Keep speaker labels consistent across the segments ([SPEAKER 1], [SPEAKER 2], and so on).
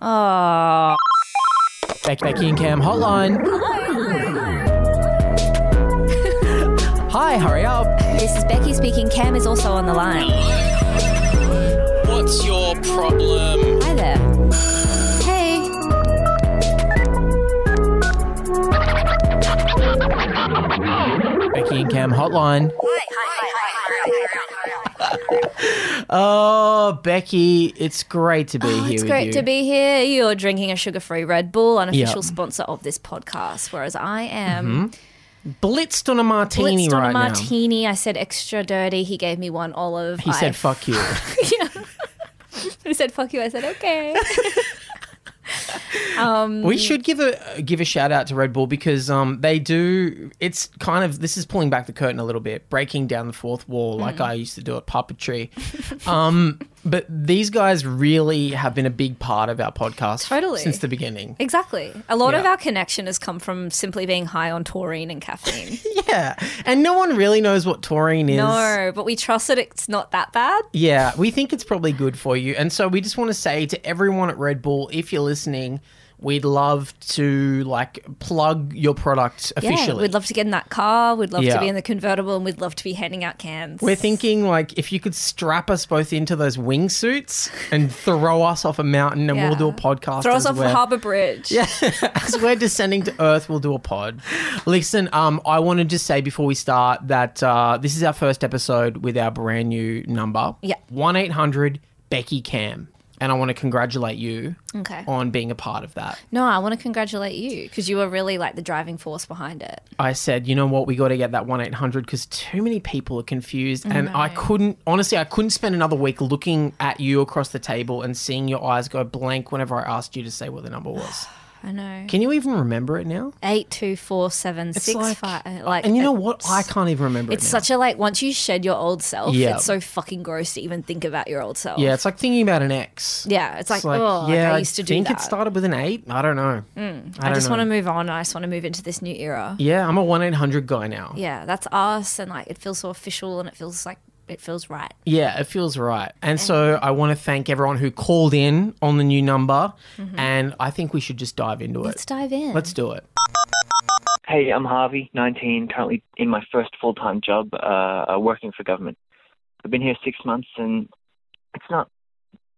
[SPEAKER 1] Oh.
[SPEAKER 2] Beck, Becky and Cam hotline. Hi, hurry up.
[SPEAKER 1] This is Becky speaking. Cam is also on the line.
[SPEAKER 3] What's your problem?
[SPEAKER 1] Hi there. Hey.
[SPEAKER 2] Becky and Cam hotline. Oh, Becky, it's great to be here
[SPEAKER 1] Oh, It's
[SPEAKER 2] with
[SPEAKER 1] great
[SPEAKER 2] you.
[SPEAKER 1] to be here. You're drinking a sugar free Red Bull, an official sponsor of this podcast, whereas I am
[SPEAKER 2] Blitzed on a martini
[SPEAKER 1] blitzed on
[SPEAKER 2] Mm-hmm. right
[SPEAKER 1] a
[SPEAKER 2] now.
[SPEAKER 1] martini. I said extra dirty. He gave me one olive.
[SPEAKER 2] He
[SPEAKER 1] I,
[SPEAKER 2] said, "Fuck you."
[SPEAKER 1] he said, fuck you. I said, okay.
[SPEAKER 2] we
[SPEAKER 1] Mm.
[SPEAKER 2] should give a give a shout out to Red Bull because um they do. It's kind of this is pulling back the curtain a little bit, breaking down the fourth wall, like
[SPEAKER 1] Mm.
[SPEAKER 2] I used to do at puppetry. um, but these guys really have been a big part of our podcast
[SPEAKER 1] Totally.
[SPEAKER 2] since the beginning.
[SPEAKER 1] exactly. A lot of
[SPEAKER 2] Yeah.
[SPEAKER 1] our connection has come from simply being high on taurine and caffeine.
[SPEAKER 2] Yeah, and no one really knows what taurine is.
[SPEAKER 1] no, but we trust that it's not that bad.
[SPEAKER 2] Yeah, we think it's probably good for you. And so we just want to say to everyone at Red Bull, if you're listening, we'd love to like plug your product officially.
[SPEAKER 1] Yeah, we'd love to get in that car. We'd love
[SPEAKER 2] Yeah.
[SPEAKER 1] to be in the convertible, and we'd love to be handing out cans.
[SPEAKER 2] We're thinking like if you could strap us both into those wingsuits and throw us off a mountain and
[SPEAKER 1] Yeah.
[SPEAKER 2] we'll do a podcast.
[SPEAKER 1] Throw us
[SPEAKER 2] as
[SPEAKER 1] off
[SPEAKER 2] we're,
[SPEAKER 1] Harbour Bridge. Yeah.
[SPEAKER 2] as we're descending to Earth, we'll do a pod. Listen, um, I want to just say before we start that uh, this is our first episode with our brand new number.
[SPEAKER 1] Yeah.
[SPEAKER 2] One eight hundred Becky Cam. And I want to congratulate you
[SPEAKER 1] Okay.
[SPEAKER 2] on being a part of that.
[SPEAKER 1] No, I want to congratulate you because you were really like the driving force behind it.
[SPEAKER 2] I said, you know what, we got to get that 1 800 because too many people are confused. And I couldn't, honestly, I couldn't spend another week looking at you across the table and seeing your eyes go blank whenever I asked you to say what the number was.
[SPEAKER 1] I know.
[SPEAKER 2] Can you even remember it now?
[SPEAKER 1] Eight two four seven six
[SPEAKER 2] like-
[SPEAKER 1] five. uh, Like,
[SPEAKER 2] And you know
[SPEAKER 1] it-
[SPEAKER 2] what? I can't even remember
[SPEAKER 1] It's
[SPEAKER 2] it. now.
[SPEAKER 1] such a like once you shed your old self,
[SPEAKER 2] Yeah.
[SPEAKER 1] it's so fucking gross to even think about your old self.
[SPEAKER 2] yeah, it's like thinking about an ex.
[SPEAKER 1] Yeah, it's like, oh, like, I used to do
[SPEAKER 2] think
[SPEAKER 1] that.
[SPEAKER 2] it started with an eight. I don't know.
[SPEAKER 1] I,
[SPEAKER 2] don't
[SPEAKER 1] just
[SPEAKER 2] know.
[SPEAKER 1] want to move on. I just want to move into this new era.
[SPEAKER 2] Yeah, I'm a 1 800 guy now.
[SPEAKER 1] Yeah, that's us, and like it feels so official, and it feels like it feels right.
[SPEAKER 2] Yeah, it feels right. And so I want to thank everyone who called in on the new number. And I think we should just dive into
[SPEAKER 1] Let's
[SPEAKER 2] it.
[SPEAKER 1] dive in.
[SPEAKER 2] Let's do it.
[SPEAKER 4] Hey, I'm Harvey, 19, currently in my first full-time job, uh, uh, working for government. I've been here six months, and it's not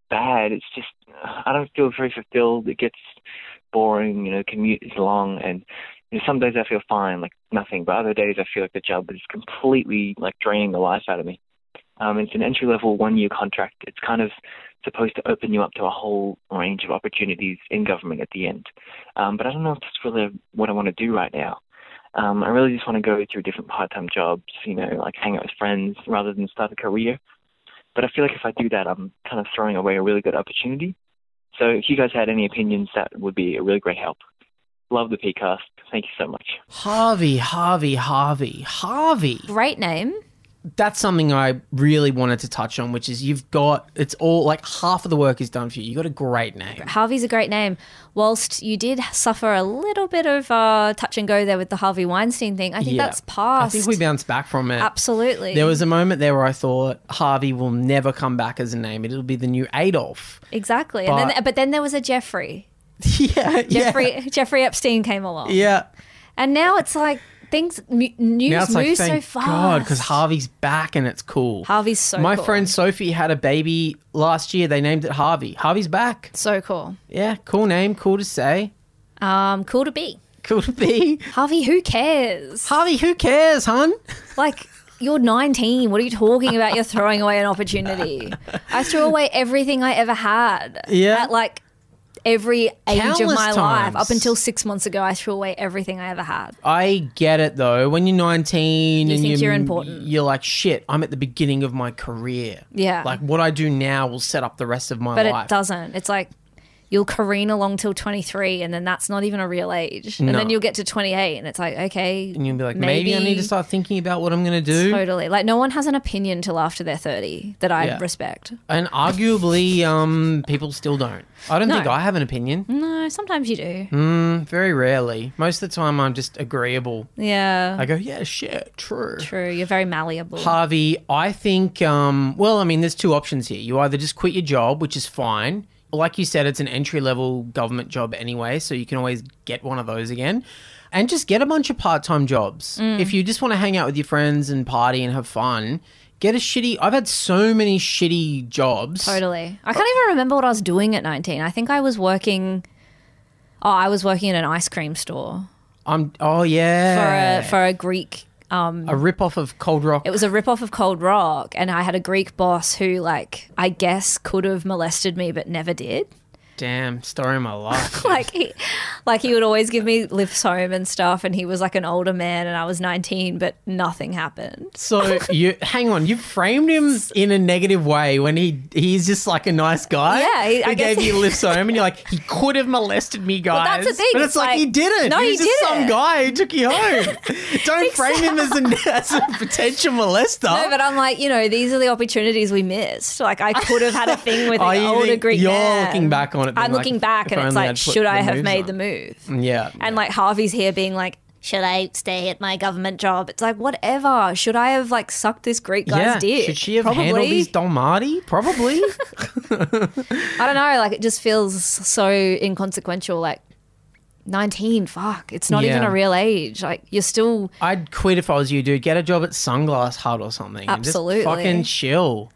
[SPEAKER 4] bad. It's just uh, I don't feel very fulfilled. It gets boring. You know, commute is long, and you know, some days I feel fine, like nothing, but other days I feel like the job is completely like draining the life out of me. Um, it's an entry-level one-year contract. It's kind of supposed to open you up to a whole range of opportunities in government at the end. Um, but I don't know if that's really what I want to do right now. Um, I really just want to go through different part-time jobs, you know, like hang out with friends rather than start a career. But I feel like if I do that, I'm kind of throwing away a really good opportunity. So if you guys had any opinions, that would be a really great help. Love the PCast. Thank you so much.
[SPEAKER 2] Harvey, Harvey, Harvey, Harvey.
[SPEAKER 1] Great name.
[SPEAKER 2] That's something I really wanted to touch on, which is you've got it's all like half of the work is done for you. You got a great name.
[SPEAKER 1] Harvey's a great name. Whilst you did suffer a little bit of uh, touch and go there with the Harvey Weinstein thing, I think that's
[SPEAKER 2] I
[SPEAKER 1] past.
[SPEAKER 2] think we bounced back from it.
[SPEAKER 1] Absolutely.
[SPEAKER 2] There was a moment there where I thought Harvey will never come back as a name. It'll be the new Adolf.
[SPEAKER 1] exactly. But, and
[SPEAKER 2] but-
[SPEAKER 1] then, but then there was a Jeffrey.
[SPEAKER 2] yeah,
[SPEAKER 1] Jeffrey, Jeffrey Epstein came along.
[SPEAKER 2] yeah.
[SPEAKER 1] And now it's like things, mu- news
[SPEAKER 2] Now it's like
[SPEAKER 1] moves
[SPEAKER 2] thank
[SPEAKER 1] so fast.
[SPEAKER 2] God because Harvey's back and it's cool.
[SPEAKER 1] Harvey's so
[SPEAKER 2] My
[SPEAKER 1] cool.
[SPEAKER 2] friend Sophie had a baby last year. They named it Harvey. Harvey's back.
[SPEAKER 1] So cool.
[SPEAKER 2] Yeah, cool name, cool to say,
[SPEAKER 1] Um, cool to be.
[SPEAKER 2] cool to be.
[SPEAKER 1] Harvey, who cares?
[SPEAKER 2] Harvey, who cares, hun?
[SPEAKER 1] Like, you're 19. What are you talking about? You're throwing away an opportunity. I threw away everything I ever had.
[SPEAKER 2] Yeah.
[SPEAKER 1] At like every age of
[SPEAKER 2] Countless
[SPEAKER 1] my life.
[SPEAKER 2] times.
[SPEAKER 1] Up until six months ago, I threw away everything I ever had.
[SPEAKER 2] I get it though. When you're 19
[SPEAKER 1] You
[SPEAKER 2] and
[SPEAKER 1] think
[SPEAKER 2] you're,
[SPEAKER 1] you're important.
[SPEAKER 2] you're like, shit, I'm at the beginning of my career.
[SPEAKER 1] Yeah.
[SPEAKER 2] Like what I do now will set up the rest of my
[SPEAKER 1] But
[SPEAKER 2] life.
[SPEAKER 1] it doesn't. It's like you'll careen along till 23, and then that's not even a real age. And
[SPEAKER 2] No.
[SPEAKER 1] then you'll get to 28, and it's like, okay.
[SPEAKER 2] And you'll be like, maybe, I need to start thinking about what I'm going to do.
[SPEAKER 1] Totally. Like, no one has an opinion till after they're 30 that I
[SPEAKER 2] Yeah.
[SPEAKER 1] respect.
[SPEAKER 2] And arguably, um, people still don't. I don't
[SPEAKER 1] No. Hmm.
[SPEAKER 2] think I have an opinion. Mm,
[SPEAKER 1] No, sometimes you do.
[SPEAKER 2] Hmm. Very rarely. Most of the time, I'm just agreeable.
[SPEAKER 1] Yeah.
[SPEAKER 2] I go, yeah, shit, true.
[SPEAKER 1] True. You're very malleable.
[SPEAKER 2] Harvey, I think, um, well, I mean, there's two options here. You either just quit your job, which is fine. like you said, it's an entry level government job anyway, so you can always get one of those again. And just get a bunch of part time jobs.
[SPEAKER 1] Mm.
[SPEAKER 2] If you just want to hang out with your friends and party and have fun, get a shitty. I've had so many shitty jobs.
[SPEAKER 1] Totally.
[SPEAKER 2] Uh,
[SPEAKER 1] I can't even remember what I was doing at 19. I think I was working. Oh, I was working in an ice cream store
[SPEAKER 2] I'm, oh,
[SPEAKER 1] for
[SPEAKER 2] yeah.
[SPEAKER 1] a, for a Greek. Um,
[SPEAKER 2] a, rip off of Cold Rock.
[SPEAKER 1] it was a ripoff of Cold Rock, and I had a Greek boss who, like, I guess could have molested me but never did.
[SPEAKER 2] Damn, story of my life.
[SPEAKER 1] like he like he would always give me lifts home and stuff and he was like an older man and I was 19 but nothing happened.
[SPEAKER 2] So you hang on, you framed him in a negative way when he he's just like a nice guy.
[SPEAKER 1] Yeah, he- I
[SPEAKER 2] he
[SPEAKER 1] guess-
[SPEAKER 2] gave you lifts home, and you're like, he could have molested me, guys.
[SPEAKER 1] that's the thing,
[SPEAKER 2] But it's,
[SPEAKER 1] it's
[SPEAKER 2] like,
[SPEAKER 1] like-
[SPEAKER 2] he didn't.
[SPEAKER 1] No,
[SPEAKER 2] he was
[SPEAKER 1] he
[SPEAKER 2] just some
[SPEAKER 1] didn't.
[SPEAKER 2] guy who took you home. Don't frame him as a, as a potential molester.
[SPEAKER 1] No, but I'm like, you know, these are the opportunities we missed. Like I could have had a thing with
[SPEAKER 2] Oh,
[SPEAKER 1] an
[SPEAKER 2] you
[SPEAKER 1] older
[SPEAKER 2] think-
[SPEAKER 1] Greek
[SPEAKER 2] you're
[SPEAKER 1] man.
[SPEAKER 2] looking back on it being
[SPEAKER 1] I'm
[SPEAKER 2] like,
[SPEAKER 1] looking
[SPEAKER 2] if-
[SPEAKER 1] back
[SPEAKER 2] if
[SPEAKER 1] and
[SPEAKER 2] only
[SPEAKER 1] it's
[SPEAKER 2] I'd
[SPEAKER 1] like,
[SPEAKER 2] put
[SPEAKER 1] should I
[SPEAKER 2] the
[SPEAKER 1] have
[SPEAKER 2] moves
[SPEAKER 1] made
[SPEAKER 2] on.
[SPEAKER 1] the move?
[SPEAKER 2] yeah,
[SPEAKER 1] And like Harvey's here being like, should I stay at my government job? It's like, whatever. Should I have like sucked this Greek guy's
[SPEAKER 2] yeah.
[SPEAKER 1] dick?
[SPEAKER 2] Should she have
[SPEAKER 1] Probably.
[SPEAKER 2] handled these Dalmati? Probably.
[SPEAKER 1] I don't know. Like it just feels so inconsequential. Like 19, fuck. It's not
[SPEAKER 2] Yeah.
[SPEAKER 1] even a real age. Like you're still.
[SPEAKER 2] I'd quit if I was you, dude. Get a job at Sunglass Hut or something. and just
[SPEAKER 1] Absolutely.
[SPEAKER 2] fucking chill.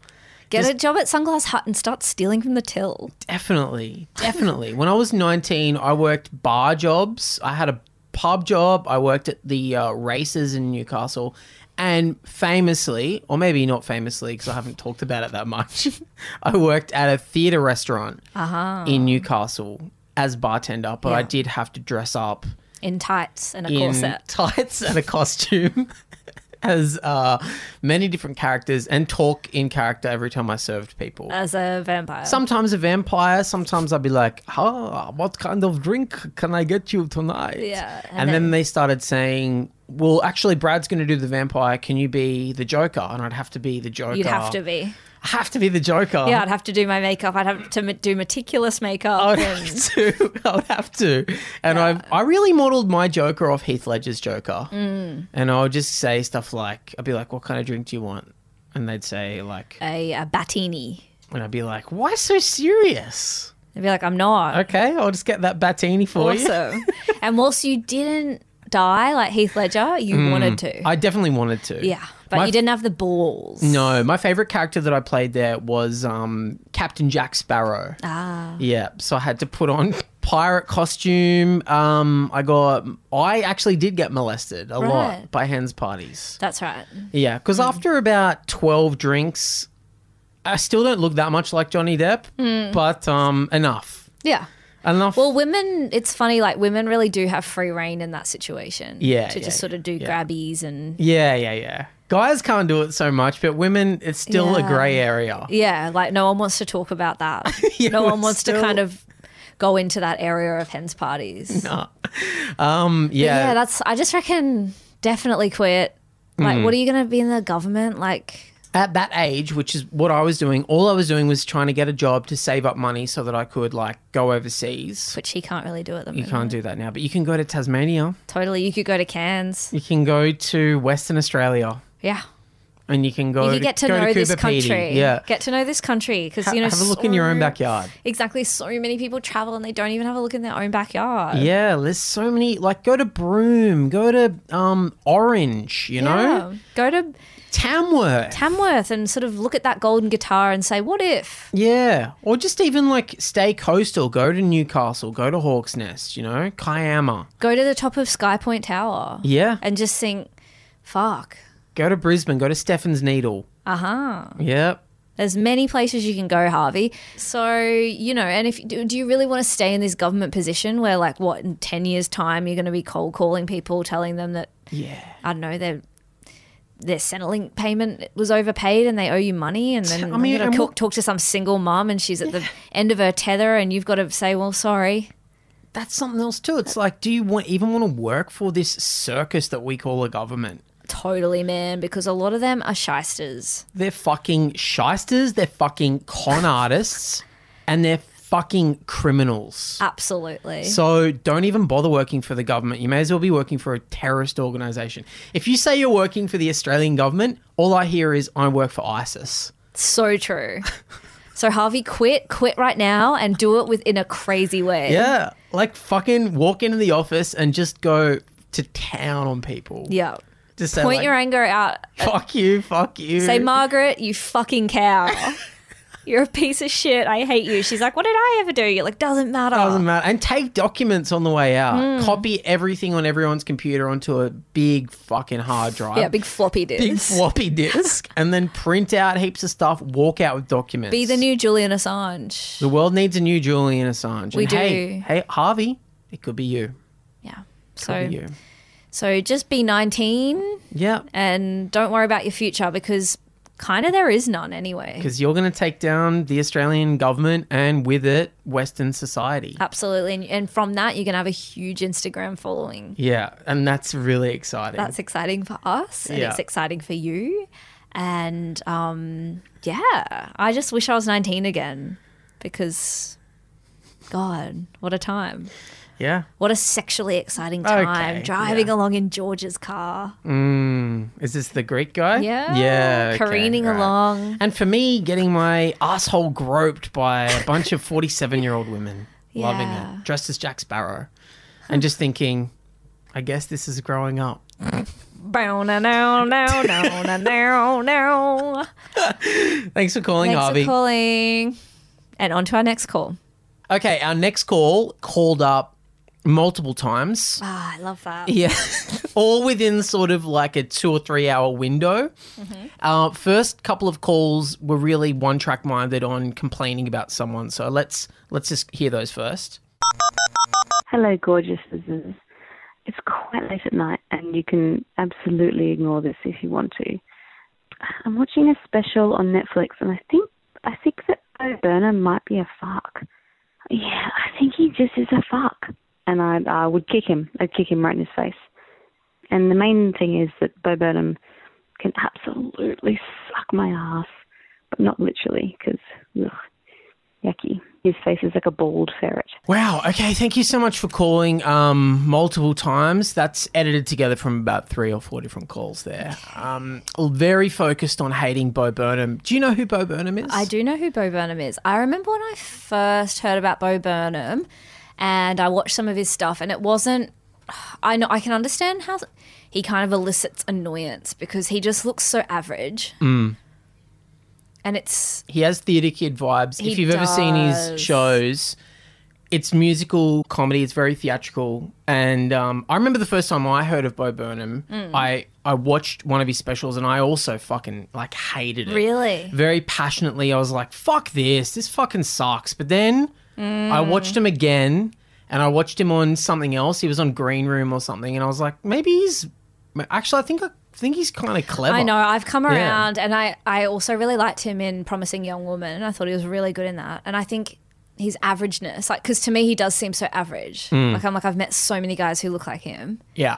[SPEAKER 1] Get a job at Sunglass Hut and start stealing from the till.
[SPEAKER 2] Definitely, definitely. when I was 19, I worked bar jobs. I had a pub job. I worked at the uh, races in Newcastle. And famously, or maybe not famously, because I haven't talked about it that much, I worked at a theatre restaurant in Newcastle as bartender, but I
[SPEAKER 1] Uh-huh. Yeah.
[SPEAKER 2] did have to dress up
[SPEAKER 1] In tights and a
[SPEAKER 2] in
[SPEAKER 1] corset.
[SPEAKER 2] tights and a costume as uh, many different characters and talk in character every time I served people
[SPEAKER 1] As a vampire.
[SPEAKER 2] sometimes a vampire. Sometimes I'd be like, "Ah, what kind of drink can I get you tonight?"
[SPEAKER 1] Yeah,
[SPEAKER 2] And,
[SPEAKER 1] and
[SPEAKER 2] then,
[SPEAKER 1] then-
[SPEAKER 2] they started saying, "Well, actually, Brad's going to do the vampire. Can you be the Joker?" And I'd have to be the Joker.
[SPEAKER 1] You'd have to be.
[SPEAKER 2] I have to be the Joker.
[SPEAKER 1] Yeah, I'd have to do my makeup. I'd have to ma- do meticulous
[SPEAKER 2] I
[SPEAKER 1] makeup.
[SPEAKER 2] would have to. I would have to. And I I really modeled my Joker off Heath Ledger's Joker.
[SPEAKER 1] Mm.
[SPEAKER 2] And I would just say stuff like, I'd be like, "What kind of drink do you want?" And they'd say like,
[SPEAKER 1] A, a battini.
[SPEAKER 2] and I'd be like, "Why so serious?"
[SPEAKER 1] I'd be like, I'm not.
[SPEAKER 2] Okay, I'll just get that Battini for you.
[SPEAKER 1] Awesome. and whilst you didn't die like Heath Ledger, you wanted to.
[SPEAKER 2] Mm. I definitely wanted to.
[SPEAKER 1] yeah. But
[SPEAKER 2] My-
[SPEAKER 1] you didn't have the balls.
[SPEAKER 2] No, my favorite character that I played there was um, Captain Jack Sparrow.
[SPEAKER 1] Ah.
[SPEAKER 2] Yeah, so I had to put on pirate costume. Um, I got, I actually did get molested a lot
[SPEAKER 1] Right.
[SPEAKER 2] by hens parties.
[SPEAKER 1] That's right.
[SPEAKER 2] Yeah, because after about twelve drinks, I still don't look that much like Johnny Depp, but um, enough,
[SPEAKER 1] Yeah.
[SPEAKER 2] enough.
[SPEAKER 1] Hmm. Well, women, it's funny, like women really do have free reign in that situation.
[SPEAKER 2] Yeah,
[SPEAKER 1] To
[SPEAKER 2] yeah,
[SPEAKER 1] just sort of do
[SPEAKER 2] yeah.
[SPEAKER 1] grabbies and,
[SPEAKER 2] yeah, yeah, yeah. Guys can't do it so much, but women, it's still a
[SPEAKER 1] Yeah.
[SPEAKER 2] grey area.
[SPEAKER 1] yeah, like no one wants to talk about that.
[SPEAKER 2] Yeah,
[SPEAKER 1] no one
[SPEAKER 2] we're
[SPEAKER 1] wants to
[SPEAKER 2] still-
[SPEAKER 1] kind of go into that area of hens parties.
[SPEAKER 2] Um,
[SPEAKER 1] yeah.
[SPEAKER 2] yeah,
[SPEAKER 1] that's, I just reckon definitely quit. Like,
[SPEAKER 2] Mm.
[SPEAKER 1] what are you going to be in the government? Like,
[SPEAKER 2] at that age, which is what I was doing, all I was doing was trying to get a job to save up money so that I could like go overseas.
[SPEAKER 1] which he can't really do at the
[SPEAKER 2] You
[SPEAKER 1] moment.
[SPEAKER 2] can't do that now, but you can go to Tasmania.
[SPEAKER 1] Totally. You could go to Cairns.
[SPEAKER 2] You can go to Western Australia,
[SPEAKER 1] Yeah.
[SPEAKER 2] and you can go.
[SPEAKER 1] You could get to
[SPEAKER 2] go
[SPEAKER 1] know this
[SPEAKER 2] Coober Pedy.
[SPEAKER 1] country.
[SPEAKER 2] Yeah,
[SPEAKER 1] Get to know this country because,
[SPEAKER 2] Ha-
[SPEAKER 1] you know,
[SPEAKER 2] have a look in your own
[SPEAKER 1] so-
[SPEAKER 2] backyard.
[SPEAKER 1] Exactly. So many people travel and they don't even have a look in their own backyard.
[SPEAKER 2] Yeah, there's so many. Like, go to Broome, go to um Orange. You know,
[SPEAKER 1] Yeah. Go to
[SPEAKER 2] Tamworth.
[SPEAKER 1] Tamworth and sort of look at that golden guitar and say, what if?
[SPEAKER 2] Yeah, or just even like stay coastal. Go to Newcastle. Go to Hawke's Nest. You know, Kiama.
[SPEAKER 1] Go to the top of Sky Point Tower
[SPEAKER 2] Yeah,
[SPEAKER 1] and just think, fuck.
[SPEAKER 2] go to Brisbane. Go to Stefan's Needle.
[SPEAKER 1] Uh huh.
[SPEAKER 2] Yep.
[SPEAKER 1] There's many places you can go, Harvey. So, you know, and if do do you really want to stay in this government position where, like, what, in 10 years' time, you're going to be cold calling people, telling them that,
[SPEAKER 2] Yeah.
[SPEAKER 1] I don't know, their, their Centrelink payment was overpaid and they owe you money. And then
[SPEAKER 2] I
[SPEAKER 1] I mean,
[SPEAKER 2] mean,
[SPEAKER 1] you're going
[SPEAKER 2] and
[SPEAKER 1] to
[SPEAKER 2] what-
[SPEAKER 1] talk, talk to some single mum and she's at the end of her tether and you've got to say, well, sorry.
[SPEAKER 2] That's something else too. It's like, do you want even want to work for this circus that we call a government?
[SPEAKER 1] Totally, man, because a lot of them are shysters.
[SPEAKER 2] They're fucking shysters, they're fucking con artists, and they're fucking criminals.
[SPEAKER 1] Absolutely.
[SPEAKER 2] So don't even bother working for the government. You may as well be working for a terrorist organization. If you say you're working for the Australian government, all I hear is I work for ISIS.
[SPEAKER 1] So true. So Harvey, quit, quit right now, and do it within a crazy way.
[SPEAKER 2] Yeah, like fucking walk into the office and just go to town on people.
[SPEAKER 1] Yeah.
[SPEAKER 2] just say
[SPEAKER 1] Point
[SPEAKER 2] like, Mm.
[SPEAKER 1] your anger out.
[SPEAKER 2] fuck you, fuck you.
[SPEAKER 1] Say, Margaret, you fucking cow. You're a piece of shit. I hate you. She's like, what did I ever do? You're like, doesn't matter.
[SPEAKER 2] Doesn't matter. And take documents on the way out.
[SPEAKER 1] Hmm.
[SPEAKER 2] Copy everything on everyone's computer onto a big fucking hard drive.
[SPEAKER 1] Yeah, big floppy disk.
[SPEAKER 2] big floppy disk, and then print out heaps of stuff. Walk out with documents.
[SPEAKER 1] Be the new Julian Assange.
[SPEAKER 2] The world needs a new Julian Assange.
[SPEAKER 1] We
[SPEAKER 2] And Hey,
[SPEAKER 1] do.
[SPEAKER 2] hey, Harvey, it could be you.
[SPEAKER 1] Yeah.
[SPEAKER 2] Could
[SPEAKER 1] So,
[SPEAKER 2] be you.
[SPEAKER 1] so just be 19
[SPEAKER 2] Yeah,
[SPEAKER 1] and don't worry about your future because kind of there is none anyway.
[SPEAKER 2] because you're going to take down the Australian government and with it Western society.
[SPEAKER 1] Uh, Absolutely. And, and from that, you're going to have a huge Instagram following.
[SPEAKER 2] Yeah, and that's really exciting.
[SPEAKER 1] That's exciting for us and
[SPEAKER 2] Yeah.
[SPEAKER 1] it's exciting for you. And um, yeah, I just wish I was 19 again because, God, what a time.
[SPEAKER 2] yeah.
[SPEAKER 1] What a sexually exciting time
[SPEAKER 2] Okay,
[SPEAKER 1] driving
[SPEAKER 2] yeah.
[SPEAKER 1] along in George's car.
[SPEAKER 2] Mm, is this the Greek guy?
[SPEAKER 1] Yeah.
[SPEAKER 2] Yeah. okay,
[SPEAKER 1] Careening
[SPEAKER 2] right.
[SPEAKER 1] along.
[SPEAKER 2] And for me, getting my asshole groped by a bunch of 47 year old women, loving
[SPEAKER 1] Yeah.
[SPEAKER 2] it, dressed as Jack Sparrow, and just thinking, I guess this is growing up.
[SPEAKER 1] Bow, na, now, now, now, na, now, now.
[SPEAKER 2] Thanks for calling,
[SPEAKER 1] Thanks
[SPEAKER 2] Harvey.
[SPEAKER 1] for calling. And on to our next call.
[SPEAKER 2] Okay, our next call called up multiple times.
[SPEAKER 1] Ah, I love that.
[SPEAKER 2] Yeah. All within sort of like a two or three hour window.
[SPEAKER 1] Mm-hmm.
[SPEAKER 2] Uh, first couple of calls were really one track minded on complaining about someone. So let's let's just hear those first.
[SPEAKER 5] Hello, gorgeous gorgeouses. It's quite late at night, and you can absolutely ignore this if you want to. I'm watching a special on Netflix, and I think I think that Bo Burnham might be a fuck. Yeah, I think he just is a fuck, and I I would kick him. I'd kick him right in his face. And the main thing is that Bo Burnham can absolutely suck my ass, but not literally, because yucky. His face is like a bald ferret.
[SPEAKER 2] Wow. Okay. Thank you so much for calling um, multiple times. That's edited together from about three or four different calls there. Um, very focused on hating Bo Burnham. Do you know who Bo Burnham is?
[SPEAKER 1] I do know who Bo Burnham is. I remember when I first heard about Bo Burnham and I watched some of his stuff and it wasn't I know I can understand how he kind of elicits annoyance because he just looks so average. And it's
[SPEAKER 2] He has theatre kid vibes.
[SPEAKER 1] He
[SPEAKER 2] if you've ever seen his
[SPEAKER 1] does.
[SPEAKER 2] shows, it's musical comedy. It's very theatrical. And um, I remember the first time I heard of Bo Burnham,
[SPEAKER 1] Hmm.
[SPEAKER 2] I I watched one of his specials, and I also fucking like hated it.
[SPEAKER 1] Really?
[SPEAKER 2] Very passionately, I was like, "Fuck this! This fucking sucks." But then I
[SPEAKER 1] Hmm.
[SPEAKER 2] watched him again, and I watched him on something else. He was on Green Room or something, and I was like, "Maybe he's actually." I think I think he's kind of clever.
[SPEAKER 1] I know I've come around and I I also really liked him in Promising Young Woman. I thought he was really good in that. And I think his averageness, like, because to me he does seem so average. Like I'm like I've met so many guys who look like him,
[SPEAKER 2] Yeah.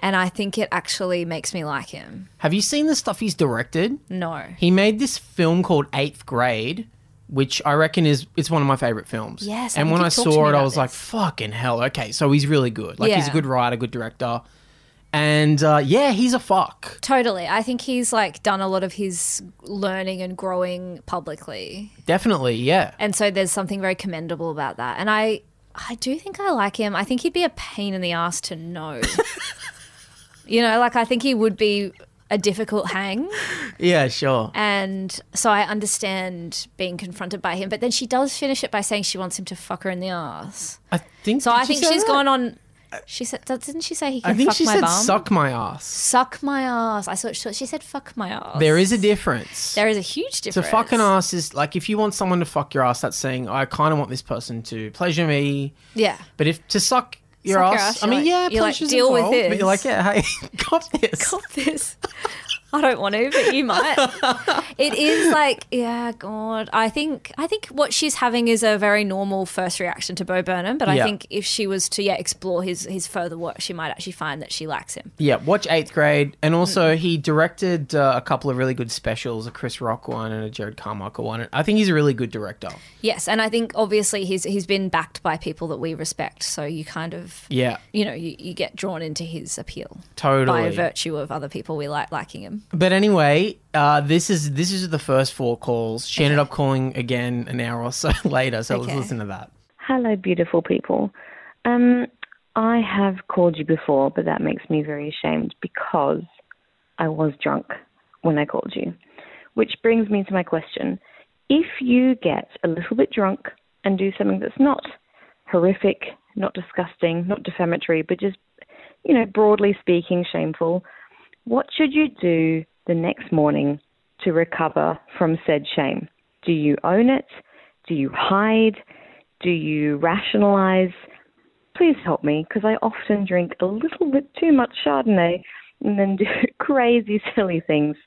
[SPEAKER 1] and I think it actually makes me like him.
[SPEAKER 2] Have you seen the stuff he's directed?
[SPEAKER 1] No,
[SPEAKER 2] He made this film called Eighth Grade, which I reckon is it's one of my favorite films.
[SPEAKER 1] Yes, I
[SPEAKER 2] and
[SPEAKER 1] think
[SPEAKER 2] when
[SPEAKER 1] you
[SPEAKER 2] I
[SPEAKER 1] talked to me
[SPEAKER 2] saw it, I
[SPEAKER 1] about
[SPEAKER 2] was like,
[SPEAKER 1] this.
[SPEAKER 2] "Fucking hell!" Okay, so he's really good. Like he's a
[SPEAKER 1] Yeah.
[SPEAKER 2] good writer, good director, and uh, yeah, he's a fuck.
[SPEAKER 1] Totally. I think he's like done a lot of his learning and growing publicly.
[SPEAKER 2] Definitely, yeah.
[SPEAKER 1] And so there's something very commendable about that. And I I do think I like him. I think he'd be a pain in the ass to know. you know, like I think he would be a difficult hang.
[SPEAKER 2] Yeah, sure.
[SPEAKER 1] And so I understand being confronted by him. But then she does finish it by saying she wants him to fuck her in the ass.
[SPEAKER 2] I think
[SPEAKER 1] So
[SPEAKER 2] did
[SPEAKER 1] I
[SPEAKER 2] she
[SPEAKER 1] think
[SPEAKER 2] say
[SPEAKER 1] she's
[SPEAKER 2] that?
[SPEAKER 1] gone on she said didn't she say he can
[SPEAKER 2] I think
[SPEAKER 1] fuck
[SPEAKER 2] she
[SPEAKER 1] my
[SPEAKER 2] said,
[SPEAKER 1] bum?
[SPEAKER 2] "Suck my ass."
[SPEAKER 1] Suck my ass. I saw she said fuck my ass.
[SPEAKER 2] There is a difference.
[SPEAKER 1] There is a huge
[SPEAKER 2] to
[SPEAKER 1] difference.
[SPEAKER 2] fucking ass is like if you want someone to fuck your ass, that's saying I kind of want this person to pleasure me.
[SPEAKER 1] Yeah.
[SPEAKER 2] But if to suck your,
[SPEAKER 1] Suck your
[SPEAKER 2] ass,
[SPEAKER 1] ass,
[SPEAKER 2] I
[SPEAKER 1] you're
[SPEAKER 2] mean,
[SPEAKER 1] like-
[SPEAKER 2] yeah,
[SPEAKER 1] you're like,
[SPEAKER 2] pleasure's
[SPEAKER 1] deal with
[SPEAKER 2] involved, But
[SPEAKER 1] this.
[SPEAKER 2] you're like, yeah, hey, got this.
[SPEAKER 1] Got this. I don't want to, but you might. it is like, yeah, God. I think I think what she's having is a very normal first reaction to Bo Burnham, but I
[SPEAKER 2] Yeah.
[SPEAKER 1] think if she was to yeah explore his his further work, she might actually find that she likes him.
[SPEAKER 2] Yeah, watch Eighth Grade, and also he directed uh, a couple of really good specials, a Chris Rock one and a Jared Carmichael one. I think he's a really good director.
[SPEAKER 1] Yes, and I think obviously he's he's been backed by people that we respect, so you kind of
[SPEAKER 2] Yeah,
[SPEAKER 1] you know, you, you get drawn into his appeal by
[SPEAKER 2] totally.
[SPEAKER 1] virtue of other people we like liking him.
[SPEAKER 2] But anyway, uh, this is this is the first four calls. She ended up calling again an hour or so later. So
[SPEAKER 1] Okay.
[SPEAKER 2] let's listen to that.
[SPEAKER 5] Hello, beautiful people. Um, I have called you before, but that makes me very ashamed because I was drunk when I called you. Which brings me to my question. If you get a little bit drunk and do something that's not horrific, not disgusting, not defamatory, but just, you know, broadly speaking, shameful, what should you do the next morning to recover from said shame? Do you own it? Do you hide? Do you rationalize? Please help me because I often drink a little bit too much Chardonnay and then do crazy, silly things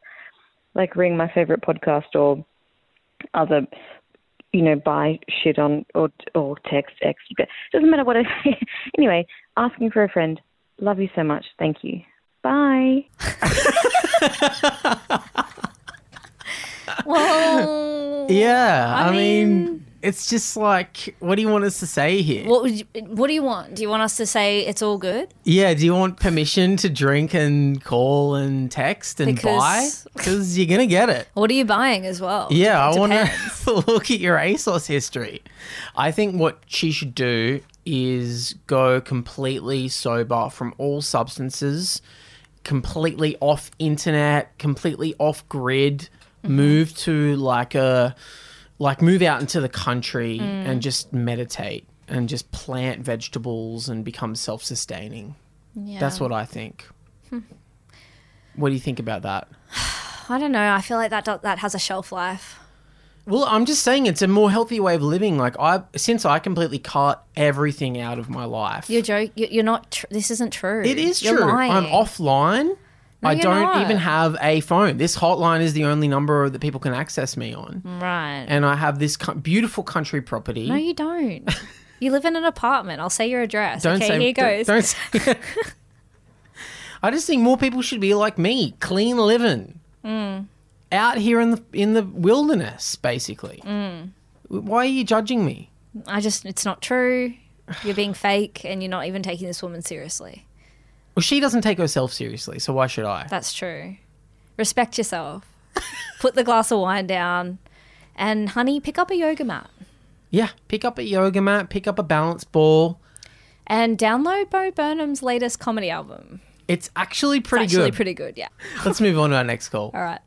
[SPEAKER 5] like ring my favorite podcast or other, you know, buy shit on or or text X. Doesn't matter what. I, anyway, asking for a friend. Love you so much. Thank you. Bye.
[SPEAKER 1] Well,
[SPEAKER 2] Yeah,
[SPEAKER 1] I
[SPEAKER 2] I, mean, it's just like, what do you want us to say here?
[SPEAKER 1] what would you, what do you want? Do you want us to say it's all good?
[SPEAKER 2] yeah, do you want permission to drink and call and text and buy?
[SPEAKER 1] Because-
[SPEAKER 2] Because you're gonna get it.
[SPEAKER 1] What are you buying as well?
[SPEAKER 2] Yeah, I want
[SPEAKER 1] Depends.
[SPEAKER 2] to look at your ASOS history. I think what she should do is go completely sober from all substances, completely off internet, completely off grid,
[SPEAKER 1] Mm-hmm.
[SPEAKER 2] move to like a like move out into the country
[SPEAKER 1] Mm.
[SPEAKER 2] and just meditate and just plant vegetables and become self-sustaining.
[SPEAKER 1] Yeah. Hmm.
[SPEAKER 2] That's what I think. What do you think about that?
[SPEAKER 1] I don't know. I feel like that do- that has a shelf life.
[SPEAKER 2] Well, I'm just saying it's a more healthy way of living. Like I, since I completely cut everything out of my life,
[SPEAKER 1] You're joke. you- You're not. Tr- this isn't true.
[SPEAKER 2] it is
[SPEAKER 1] You're
[SPEAKER 2] true.
[SPEAKER 1] Lying.
[SPEAKER 2] I'm offline. I
[SPEAKER 1] you're
[SPEAKER 2] don't
[SPEAKER 1] not.
[SPEAKER 2] even have a phone. This hotline is the only number that people can access me on,
[SPEAKER 1] Right.
[SPEAKER 2] and I have this co- beautiful country property.
[SPEAKER 1] Mm. no, you don't. you live in an apartment. I'll say your address.
[SPEAKER 2] don't
[SPEAKER 1] okay,
[SPEAKER 2] say.
[SPEAKER 1] here goes.
[SPEAKER 2] don't- Don't, say. I just think more people should be like me, clean living,
[SPEAKER 1] Mm.
[SPEAKER 2] out here in the in the wilderness, basically.
[SPEAKER 1] Mm.
[SPEAKER 2] Why are you judging me?
[SPEAKER 1] I just. It's not true. You're being fake, and you're not even taking this woman seriously.
[SPEAKER 2] Well, she doesn't take herself seriously, so why should I?
[SPEAKER 1] That's true. Respect yourself. Put the glass of wine down, and honey, pick up a yoga mat
[SPEAKER 2] Yeah, pick up a yoga mat, pick up a balance ball.
[SPEAKER 1] and download Bo Burnham's latest comedy album.
[SPEAKER 2] It's actually pretty
[SPEAKER 1] It's actually
[SPEAKER 2] good.
[SPEAKER 1] pretty good. Yeah.
[SPEAKER 2] Let's move on to our next call.
[SPEAKER 1] All right.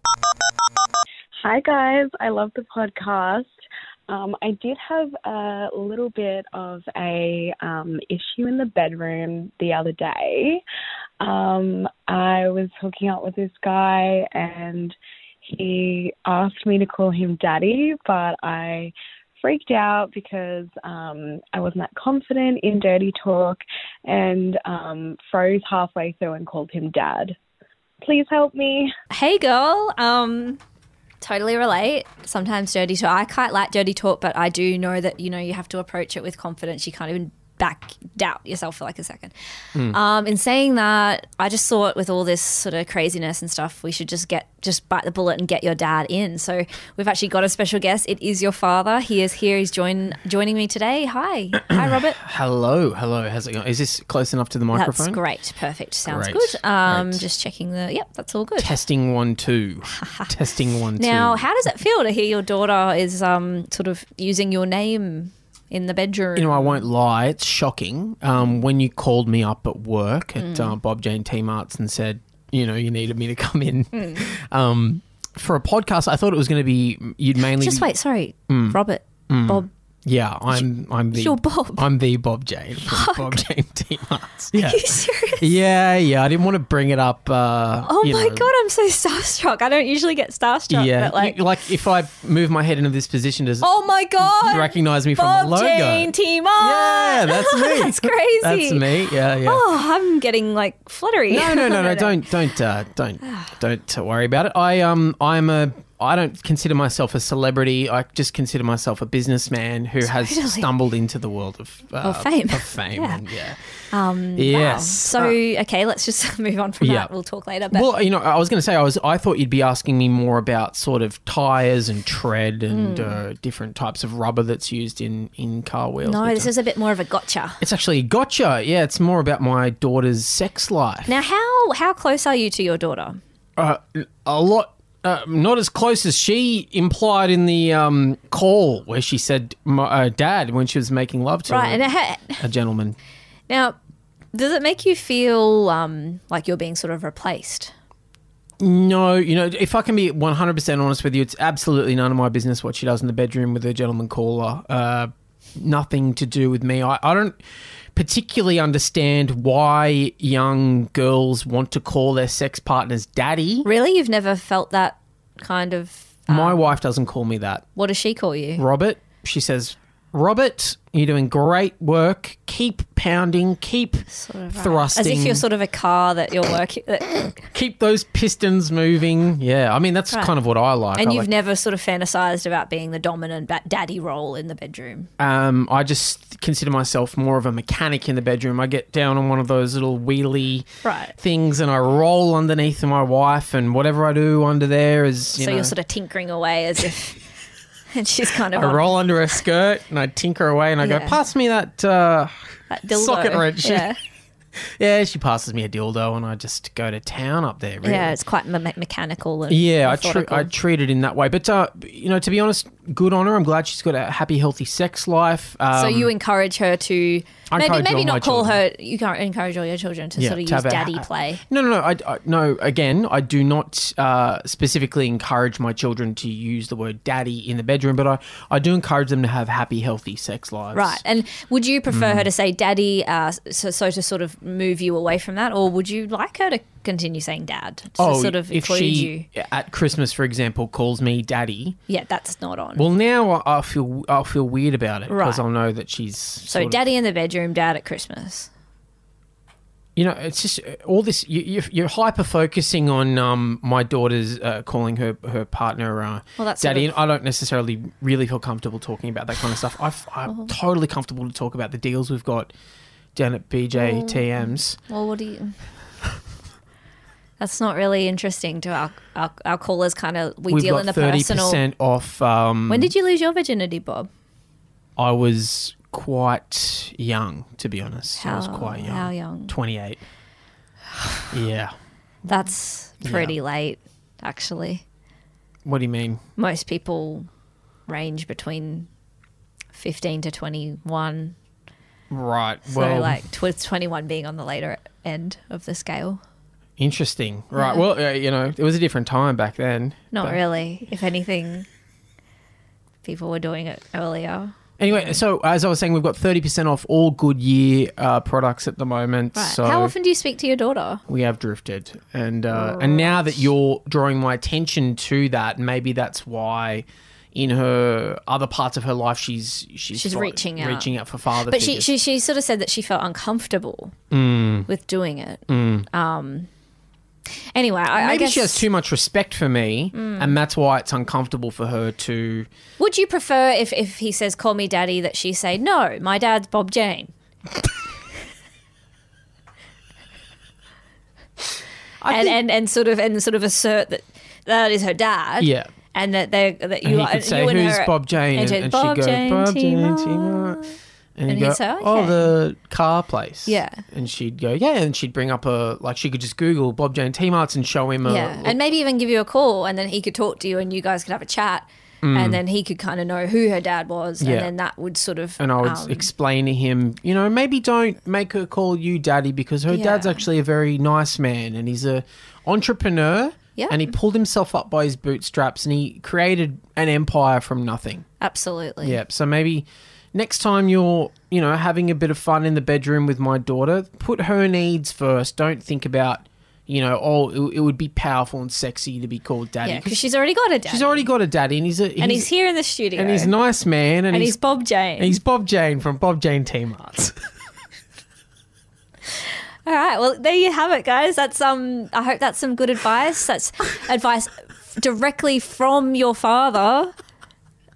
[SPEAKER 6] Hi, guys. I love the podcast. Um, I did have a little bit of a um, issue in the bedroom the other day. Um, I was hooking up with this guy, and he asked me to call him daddy, but I freaked out because um, I wasn't that confident in dirty talk, and um, froze halfway through and called him dad. Please help me.
[SPEAKER 1] Hey girl, um totally relate. Sometimes dirty talk. I quite like dirty talk, but I do know that you know you have to approach it with confidence. You can't even back doubt yourself for like a second.
[SPEAKER 2] Hmm.
[SPEAKER 1] Um in saying that, I just thought with all this sort of craziness and stuff, we should just get just bite the bullet and get your dad in. So we've actually got a special guest. It is your father. He is here. He's join joining me today. Hi. Hi Robert.
[SPEAKER 2] Hello, hello. How's it going? Is this close enough to the microphone?
[SPEAKER 1] That's great. Perfect. Sounds
[SPEAKER 2] Great.
[SPEAKER 1] good. Um
[SPEAKER 2] Great.
[SPEAKER 1] just checking the Yep, that's all good.
[SPEAKER 2] Testing one two. Testing one two.
[SPEAKER 1] Now, how does it feel to hear your daughter is um, sort of using your name in the bedroom?
[SPEAKER 2] you know, I won't lie. It's shocking. Um, when you called me up at work at
[SPEAKER 1] Mm.
[SPEAKER 2] uh, Bob Jane T Mart's and said, you know, you needed me to come in
[SPEAKER 1] Mm.
[SPEAKER 2] um, for a podcast, I thought it was going to be you'd mainly
[SPEAKER 1] Just
[SPEAKER 2] be-
[SPEAKER 1] wait, sorry,
[SPEAKER 2] mm.
[SPEAKER 1] Robert, Bob.
[SPEAKER 2] Yeah, I'm. I'm the.
[SPEAKER 1] you're Bob.
[SPEAKER 2] I'm the Bob Jane. From Bob Jane T Mart's. Yeah.
[SPEAKER 1] Are you serious?
[SPEAKER 2] Yeah, yeah. I didn't want to bring it up. Uh,
[SPEAKER 1] Oh
[SPEAKER 2] you
[SPEAKER 1] my
[SPEAKER 2] know.
[SPEAKER 1] god, I'm so starstruck. I don't usually get starstruck,
[SPEAKER 2] Yeah,
[SPEAKER 1] but like,
[SPEAKER 2] like, if I move my head into this position, does
[SPEAKER 1] oh my
[SPEAKER 2] it
[SPEAKER 1] god,
[SPEAKER 2] recognize me from
[SPEAKER 1] Bob
[SPEAKER 2] the logo?
[SPEAKER 1] Jane Timon.
[SPEAKER 2] yeah, that's me.
[SPEAKER 1] That's crazy.
[SPEAKER 2] That's me. Yeah, yeah.
[SPEAKER 1] Oh, I'm getting like fluttery.
[SPEAKER 2] No, no, no, no. Don't, don't, uh, don't, don't worry about it. I um, I'm a. I don't consider myself a celebrity. I just consider myself a businessman who
[SPEAKER 1] Totally.
[SPEAKER 2] has stumbled into the world of, uh,
[SPEAKER 1] Of fame.
[SPEAKER 2] Of fame.
[SPEAKER 1] Yeah.
[SPEAKER 2] and yeah.
[SPEAKER 1] Um, wow.
[SPEAKER 2] Yes. Uh,
[SPEAKER 1] So okay, let's just move on from
[SPEAKER 2] Yeah.
[SPEAKER 1] that. We'll talk later. But
[SPEAKER 2] Well, you know, I was going to say I was. I thought you'd be asking me more about sort of tires and tread and
[SPEAKER 1] Hmm.
[SPEAKER 2] uh, different types of rubber that's used in in car wheels.
[SPEAKER 1] no,
[SPEAKER 2] But,
[SPEAKER 1] this
[SPEAKER 2] uh,
[SPEAKER 1] is a bit more of a gotcha.
[SPEAKER 2] It's actually gotcha. Yeah, it's more about my daughter's sex life.
[SPEAKER 1] Now, how how close are you to your daughter?
[SPEAKER 2] uh, a lot. Uh, not as close as she implied in the um, call where she said "My- uh, "dad" when she was making love to
[SPEAKER 1] Right.
[SPEAKER 2] a,
[SPEAKER 1] And
[SPEAKER 2] a gentleman.
[SPEAKER 1] now, does it make you feel um, like you're being sort of replaced?
[SPEAKER 2] No, you know, if I can be 100% honest with you, it's absolutely none of my business what she does in the bedroom with her gentleman caller. Uh, nothing to do with me. I, I don't particularly understand why young girls want to call their sex partners daddy.
[SPEAKER 1] Really? You've never felt that kind of.
[SPEAKER 2] My wife doesn't call me that.
[SPEAKER 1] What does she call you?
[SPEAKER 2] Robert, she says, Robert, you're doing great work. Keep pounding, keep thrusting.
[SPEAKER 1] uh, As if you're sort of a car that you're working. That,
[SPEAKER 2] keep those pistons moving. Yeah, I mean, that's kind of what I like.
[SPEAKER 1] and
[SPEAKER 2] I
[SPEAKER 1] you've
[SPEAKER 2] like
[SPEAKER 1] never sort of fantasized about being the dominant ba- daddy role in the bedroom.
[SPEAKER 2] Um, I just consider myself more of a mechanic in the bedroom. I get down on one of those little wheelie
[SPEAKER 1] Right.
[SPEAKER 2] things and I roll underneath my wife, and whatever I do under there is, you
[SPEAKER 1] so
[SPEAKER 2] know,
[SPEAKER 1] you're sort of tinkering away as if. and she's kind of.
[SPEAKER 2] I
[SPEAKER 1] on
[SPEAKER 2] roll under her skirt and I tinker away and I go,
[SPEAKER 1] Yeah.
[SPEAKER 2] pass me that. Uh...
[SPEAKER 1] that dildo.
[SPEAKER 2] socket wrench.
[SPEAKER 1] Yeah.
[SPEAKER 2] Yeah, she passes me a dildo and I just go to town up there. Really.
[SPEAKER 1] Yeah, it's quite me- me- mechanical. And
[SPEAKER 2] Yeah, I, tre-
[SPEAKER 1] methodical.
[SPEAKER 2] I um, treat it in that way. But, uh, you know, to be honest, good on her. I'm glad she's got a happy, healthy sex life. Um,
[SPEAKER 1] so you encourage her to
[SPEAKER 2] I
[SPEAKER 1] maybe
[SPEAKER 2] encourage
[SPEAKER 1] maybe
[SPEAKER 2] all my
[SPEAKER 1] not call her. You can't encourage all your children to
[SPEAKER 2] Yeah,
[SPEAKER 1] sort of
[SPEAKER 2] to
[SPEAKER 1] use
[SPEAKER 2] have a-
[SPEAKER 1] daddy play.
[SPEAKER 2] No, no, no. I, I- no. Again, I do not uh, specifically encourage my children to use the word "daddy" in the bedroom, but I, I do encourage them to have happy, healthy sex lives.
[SPEAKER 1] Right. And would you prefer
[SPEAKER 2] Mm.
[SPEAKER 1] her to say daddy, uh, so, so to sort of move you away from that, or would you like her to continue saying dad? To
[SPEAKER 2] Oh,
[SPEAKER 1] sort of
[SPEAKER 2] if
[SPEAKER 1] include
[SPEAKER 2] she
[SPEAKER 1] you.
[SPEAKER 2] at Christmas, for example, calls me daddy,
[SPEAKER 1] Yeah, that's not on.
[SPEAKER 2] well, now I, I feel I'll feel weird about it
[SPEAKER 1] Right.
[SPEAKER 2] because I'll know that she's
[SPEAKER 1] so
[SPEAKER 2] sort of-
[SPEAKER 1] daddy in the bedroom, dad at Christmas.
[SPEAKER 2] you know, it's just uh, all this. You, you're, you're hyper focusing on um, my daughter's uh, calling her her partner uh,
[SPEAKER 1] Well, that's sort
[SPEAKER 2] daddy,
[SPEAKER 1] of-
[SPEAKER 2] and I don't necessarily really feel comfortable talking about that kind of stuff. I f-
[SPEAKER 1] Uh-huh.
[SPEAKER 2] I'm totally comfortable to talk about the deals we've got down at BJTM's.
[SPEAKER 1] Well, what do you? That's not really interesting to our our, our callers. Kind of we
[SPEAKER 2] we've
[SPEAKER 1] deal
[SPEAKER 2] got
[SPEAKER 1] in the
[SPEAKER 2] thirty
[SPEAKER 1] personal.
[SPEAKER 2] percent off. Um,
[SPEAKER 1] When did you lose your virginity, Bob?
[SPEAKER 2] I was quite young, to be honest. I was
[SPEAKER 1] How-
[SPEAKER 2] quite young.
[SPEAKER 1] how young?
[SPEAKER 2] Twenty eight. yeah.
[SPEAKER 1] That's pretty
[SPEAKER 2] Yeah.
[SPEAKER 1] late, actually.
[SPEAKER 2] What do you mean?
[SPEAKER 1] Most people range between 15 to 21.
[SPEAKER 2] Right.
[SPEAKER 1] So,
[SPEAKER 2] well,
[SPEAKER 1] like, tw- 21 being on the later end of the scale.
[SPEAKER 2] interesting. Right. Well, uh, you know, it was a different time back then.
[SPEAKER 1] Not
[SPEAKER 2] but-
[SPEAKER 1] really. If anything, people were doing it earlier.
[SPEAKER 2] Anyway, so as I was saying, we've got thirty percent off all Goodyear uh, products at the moment.
[SPEAKER 1] Right.
[SPEAKER 2] So
[SPEAKER 1] How often do you speak to your daughter?
[SPEAKER 2] we have drifted, and uh, and now that you're drawing my attention to that, maybe that's why. In her other parts of her life, she's she's,
[SPEAKER 1] She's
[SPEAKER 2] fo-
[SPEAKER 1] reaching out.
[SPEAKER 2] reaching out for father.
[SPEAKER 1] But she,
[SPEAKER 2] figures.
[SPEAKER 1] she, she sort of said that she felt uncomfortable
[SPEAKER 2] Mm.
[SPEAKER 1] with doing it. Um, anyway, I, I
[SPEAKER 2] maybe
[SPEAKER 1] guess. Mm.
[SPEAKER 2] she has too much respect for me, and that's why it's uncomfortable for her to.
[SPEAKER 1] Would you prefer if, if he says, call me daddy, that she say, no, my dad's Bob Jane?
[SPEAKER 2] I
[SPEAKER 1] and,
[SPEAKER 2] think-
[SPEAKER 1] and, and sort of and sort of assert that that is her dad.
[SPEAKER 2] yeah,
[SPEAKER 1] And that they that you
[SPEAKER 2] and he
[SPEAKER 1] are
[SPEAKER 2] could say,
[SPEAKER 1] you and
[SPEAKER 2] "Who's
[SPEAKER 1] her,
[SPEAKER 2] Bob Jane?"
[SPEAKER 1] and
[SPEAKER 2] And,
[SPEAKER 1] she'd,
[SPEAKER 2] and
[SPEAKER 1] "Bob
[SPEAKER 2] she'd go,
[SPEAKER 1] Jane
[SPEAKER 2] "Bob Jane,
[SPEAKER 1] Timon."
[SPEAKER 2] Timon." And,
[SPEAKER 1] And
[SPEAKER 2] he'd go,
[SPEAKER 1] he'd say,
[SPEAKER 2] "Oh,
[SPEAKER 1] "Okay."
[SPEAKER 2] the car place."
[SPEAKER 1] Yeah.
[SPEAKER 2] And she'd go, "Yeah," and she'd bring up a like she could just Google Bob Jane T-Marts and show him a.
[SPEAKER 1] Yeah. And maybe even give you a call and then he could talk to you and you guys could have a chat. And then he could kind of know who her dad was,
[SPEAKER 2] Mm. Yeah.
[SPEAKER 1] and then that would sort of.
[SPEAKER 2] and I would
[SPEAKER 1] um,
[SPEAKER 2] explain to him, you know, maybe don't make her call you daddy because her dad's
[SPEAKER 1] Yeah.
[SPEAKER 2] actually a very nice man and he's a entrepreneur.
[SPEAKER 1] Yeah.
[SPEAKER 2] And he pulled himself up by his bootstraps and he created an empire from nothing.
[SPEAKER 1] absolutely.
[SPEAKER 2] Yep. So maybe next time you're, you know, having a bit of fun in the bedroom with my daughter, put her needs first. Don't think about, you know, oh, it, it would be powerful and sexy to be called daddy.
[SPEAKER 1] Yeah, because
[SPEAKER 2] 'Cause
[SPEAKER 1] she's already got a dad.
[SPEAKER 2] she's already got a daddy and he's a
[SPEAKER 1] and he's here in the studio.
[SPEAKER 2] and he's a nice man and,
[SPEAKER 1] And
[SPEAKER 2] he's,
[SPEAKER 1] he's Bob Jane.
[SPEAKER 2] and he's Bob Jane from Bob Jane Team Arts.
[SPEAKER 1] All right. Well, there you have it, guys. That's um. I hope that's some good advice. That's advice directly from your father.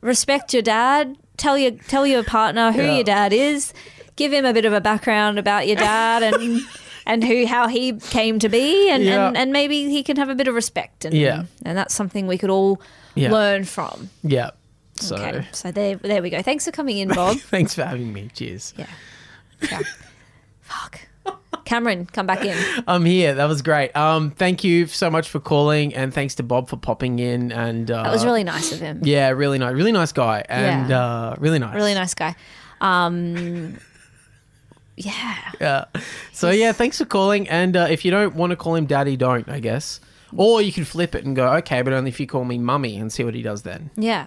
[SPEAKER 1] Respect your dad. Tell your tell your partner who your dad is. Give him a bit of a background about your dad and and who how he came to be, and
[SPEAKER 2] Yeah.
[SPEAKER 1] and, and maybe he can have a bit of respect. And,
[SPEAKER 2] Yeah.
[SPEAKER 1] And that's something we could all
[SPEAKER 2] Yeah. Oh.
[SPEAKER 1] learn from.
[SPEAKER 2] yeah. So
[SPEAKER 1] Okay. So there there we go. Thanks for coming in, Bob.
[SPEAKER 2] thanks for having me. Cheers.
[SPEAKER 1] Yeah. Fuck. Cameron, come back in.
[SPEAKER 2] I'm here. That was great. Um, thank you so much for calling, and thanks to Bob for popping in. And uh,
[SPEAKER 1] That was really nice of him.
[SPEAKER 2] yeah, really nice, really nice guy, and
[SPEAKER 1] Yeah.
[SPEAKER 2] uh, really nice,
[SPEAKER 1] Really nice guy. Um, yeah.
[SPEAKER 2] Yeah. So yeah, thanks for calling. And uh, if you don't want to call him daddy, don't. I guess. Or you can flip it and go, okay, but only if you call me mummy, and see what he does then.
[SPEAKER 1] Yeah.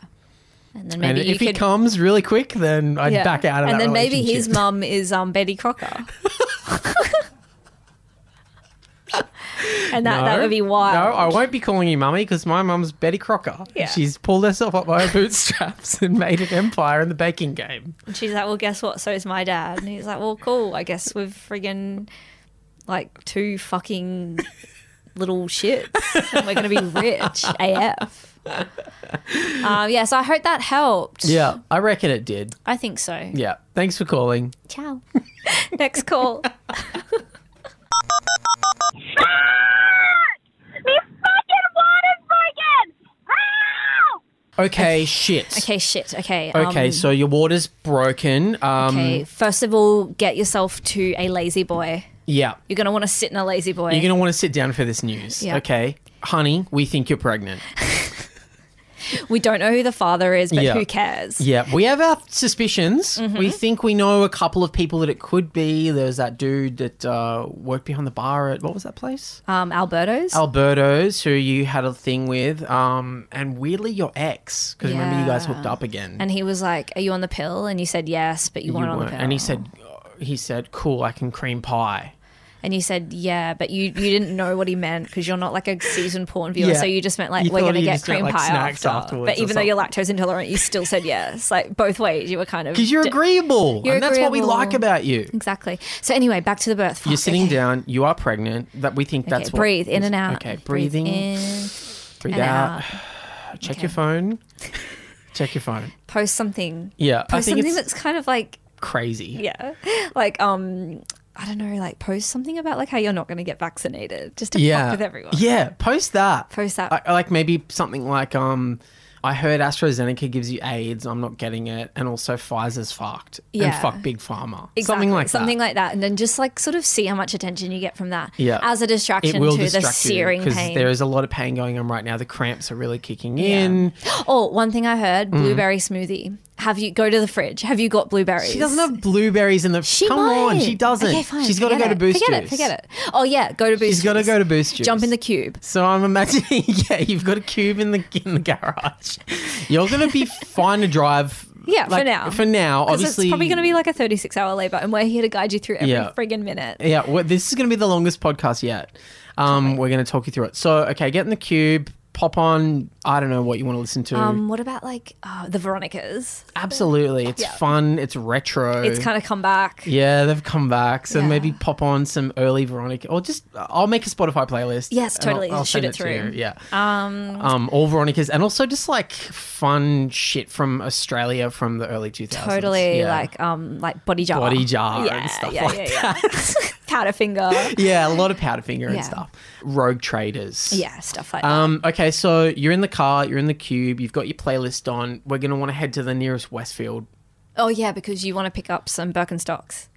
[SPEAKER 1] And then maybe
[SPEAKER 2] and
[SPEAKER 1] you
[SPEAKER 2] if he
[SPEAKER 1] could-
[SPEAKER 2] comes really quick, then I'd
[SPEAKER 1] yeah.
[SPEAKER 2] back out of
[SPEAKER 1] And
[SPEAKER 2] that
[SPEAKER 1] then maybe his
[SPEAKER 2] relationship.
[SPEAKER 1] mum is um, Betty Crocker. and that, that
[SPEAKER 2] No.
[SPEAKER 1] would be wild.
[SPEAKER 2] No, I won't be calling you mummy because my mum's Betty Crocker.
[SPEAKER 1] Yeah.
[SPEAKER 2] She's pulled herself up by her bootstraps and made an empire in the baking game.
[SPEAKER 1] And she's like, well, guess what? So is my dad. And he's like, well, cool. I guess we've friggin' like two fucking little shits. And we're going to be rich AF. Um, yeah, so I hope that helped.
[SPEAKER 2] Yeah, I reckon it did.
[SPEAKER 1] I think so.
[SPEAKER 2] Yeah. Thanks for calling.
[SPEAKER 1] Ciao. Next call.
[SPEAKER 7] Me fucking wanted Morgan! Help!
[SPEAKER 2] Okay, shit.
[SPEAKER 1] Okay, shit. Okay.
[SPEAKER 2] Okay,
[SPEAKER 1] um,
[SPEAKER 2] so your water's broken. Um,
[SPEAKER 1] okay. First of all, get yourself to a lazy boy.
[SPEAKER 2] Yeah.
[SPEAKER 1] You're going to want to sit in a lazy boy.
[SPEAKER 2] You're going to want to sit down for this news.
[SPEAKER 1] Yeah.
[SPEAKER 2] Okay. Honey, we think you're pregnant.
[SPEAKER 1] we don't know who the father is, but
[SPEAKER 2] Yeah.
[SPEAKER 1] who cares?
[SPEAKER 2] Yeah, we have our suspicions.
[SPEAKER 1] Mm-hmm.
[SPEAKER 2] We think we know a couple of people that it could be. There was that dude that uh, worked behind the bar at, what was that place?
[SPEAKER 1] Um, Alberto's?
[SPEAKER 2] Alberto's, who you had a thing with, um, and weirdly your ex, because remember you guys hooked
[SPEAKER 1] Yeah.
[SPEAKER 2] up again.
[SPEAKER 1] and he was like, "Are you on the pill?" And you said yes, but you,
[SPEAKER 2] you
[SPEAKER 1] weren't on the
[SPEAKER 2] weren't.
[SPEAKER 1] pill.
[SPEAKER 2] And he said, uh, he said, "Cool, I can cream pie."
[SPEAKER 1] and you said yeah, but you you didn't know what he meant because you're not like a seasoned porn viewer,
[SPEAKER 2] Yeah.
[SPEAKER 1] so you just meant like
[SPEAKER 2] You
[SPEAKER 1] we're
[SPEAKER 2] thought
[SPEAKER 1] gonna
[SPEAKER 2] you
[SPEAKER 1] get
[SPEAKER 2] just meant,
[SPEAKER 1] cream
[SPEAKER 2] like,
[SPEAKER 1] pie
[SPEAKER 2] snacks
[SPEAKER 1] after.
[SPEAKER 2] afterwards
[SPEAKER 1] But
[SPEAKER 2] or
[SPEAKER 1] even though you're lactose intolerant, you still said yes. Like both ways, you were kind of
[SPEAKER 2] Because you're
[SPEAKER 1] d-
[SPEAKER 2] agreeable,
[SPEAKER 1] You're
[SPEAKER 2] and that's what we
[SPEAKER 1] agreeable.
[SPEAKER 2] like about you.
[SPEAKER 1] exactly. So anyway, back to the birth.
[SPEAKER 2] You're
[SPEAKER 1] Fuck,
[SPEAKER 2] sitting
[SPEAKER 1] okay.
[SPEAKER 2] down. You are pregnant. That we think
[SPEAKER 1] Okay,
[SPEAKER 2] that's what-
[SPEAKER 1] breathe in and out.
[SPEAKER 2] Okay, breathing.
[SPEAKER 1] Breathe in
[SPEAKER 2] breathe
[SPEAKER 1] and
[SPEAKER 2] out.
[SPEAKER 1] out.
[SPEAKER 2] Check your phone. Check your phone.
[SPEAKER 1] Post something.
[SPEAKER 2] Yeah, I
[SPEAKER 1] Post
[SPEAKER 2] think
[SPEAKER 1] something
[SPEAKER 2] it's
[SPEAKER 1] that's kind of like
[SPEAKER 2] crazy.
[SPEAKER 1] yeah, like um. I don't know, like post something about like how you're not going to get vaccinated just to
[SPEAKER 2] yeah
[SPEAKER 1] fuck with everyone.
[SPEAKER 2] yeah post that
[SPEAKER 1] Post that.
[SPEAKER 2] I, I like maybe something like um i heard astrazeneca gives you aids i'm not getting it and also pfizer's fucked and
[SPEAKER 1] Yeah.
[SPEAKER 2] fuck big pharma
[SPEAKER 1] Exactly.
[SPEAKER 2] something like
[SPEAKER 1] something
[SPEAKER 2] that
[SPEAKER 1] like that, and then just like sort of see how much attention you get from that.
[SPEAKER 2] Yeah.
[SPEAKER 1] as a distraction
[SPEAKER 2] it will
[SPEAKER 1] to the
[SPEAKER 2] distract
[SPEAKER 1] searing
[SPEAKER 2] you
[SPEAKER 1] pain.
[SPEAKER 2] there is a lot of pain going on right now. The cramps are really kicking in.
[SPEAKER 1] oh, one thing I heard:
[SPEAKER 2] Mm.
[SPEAKER 1] blueberry smoothie. Have you go to the fridge? Have you got blueberries?
[SPEAKER 2] She doesn't have blueberries in the.
[SPEAKER 1] She
[SPEAKER 2] Come
[SPEAKER 1] might.
[SPEAKER 2] on, she doesn't.
[SPEAKER 1] Okay, fine.
[SPEAKER 2] She's got to
[SPEAKER 1] Forget
[SPEAKER 2] go to
[SPEAKER 1] it.
[SPEAKER 2] Boost
[SPEAKER 1] Forget
[SPEAKER 2] Juice.
[SPEAKER 1] it. Forget it. Oh yeah, go to Boost.
[SPEAKER 2] She's got to
[SPEAKER 1] Juice.
[SPEAKER 2] go to Boost Juice.
[SPEAKER 1] Jump in the cube.
[SPEAKER 2] So I'm imagining, yeah, you've got a cube in the in the garage. You're gonna be fine to drive.
[SPEAKER 1] Yeah, for
[SPEAKER 2] like,
[SPEAKER 1] now.
[SPEAKER 2] For now,
[SPEAKER 1] 'Cause
[SPEAKER 2] obviously,
[SPEAKER 1] it's probably going to be like a 36 hour labor, and we're here to guide you through every
[SPEAKER 2] Yeah.
[SPEAKER 1] friggin' minute.
[SPEAKER 2] Yeah, well, this is going to be the longest podcast yet. Um, we're going to talk you through it. So, okay, get in the cube, pop on. I don't know what you want to listen to.
[SPEAKER 1] Um, what about like uh, the Veronicas?
[SPEAKER 2] Absolutely, it's fun. It's retro.
[SPEAKER 1] It's kind of come back.
[SPEAKER 2] yeah, they've come back. So
[SPEAKER 1] Yeah.
[SPEAKER 2] maybe pop on some early Veronica, or just I'll make a Spotify playlist.
[SPEAKER 1] Yes,
[SPEAKER 2] and I'll-
[SPEAKER 1] totally.
[SPEAKER 2] I'll
[SPEAKER 1] Shoot
[SPEAKER 2] send
[SPEAKER 1] it through.
[SPEAKER 2] To you. Yeah,
[SPEAKER 1] Um,
[SPEAKER 2] um, all Veronicas, and also just like fun shit from Australia from the early 2000s.
[SPEAKER 1] totally
[SPEAKER 2] Yeah.
[SPEAKER 1] like um, like body jar,
[SPEAKER 2] Body Jar and stuff like
[SPEAKER 1] that. Powder finger,
[SPEAKER 2] yeah, a lot of Powderfinger
[SPEAKER 1] Yeah.
[SPEAKER 2] and stuff. Rogue Traders.
[SPEAKER 1] yeah, stuff like that.
[SPEAKER 2] Um, okay, so you're in the car, you're in the cube, you've got your playlist on. We're going to want to head to the nearest Westfield.
[SPEAKER 1] Oh yeah, because you want to pick up some Birkenstocks.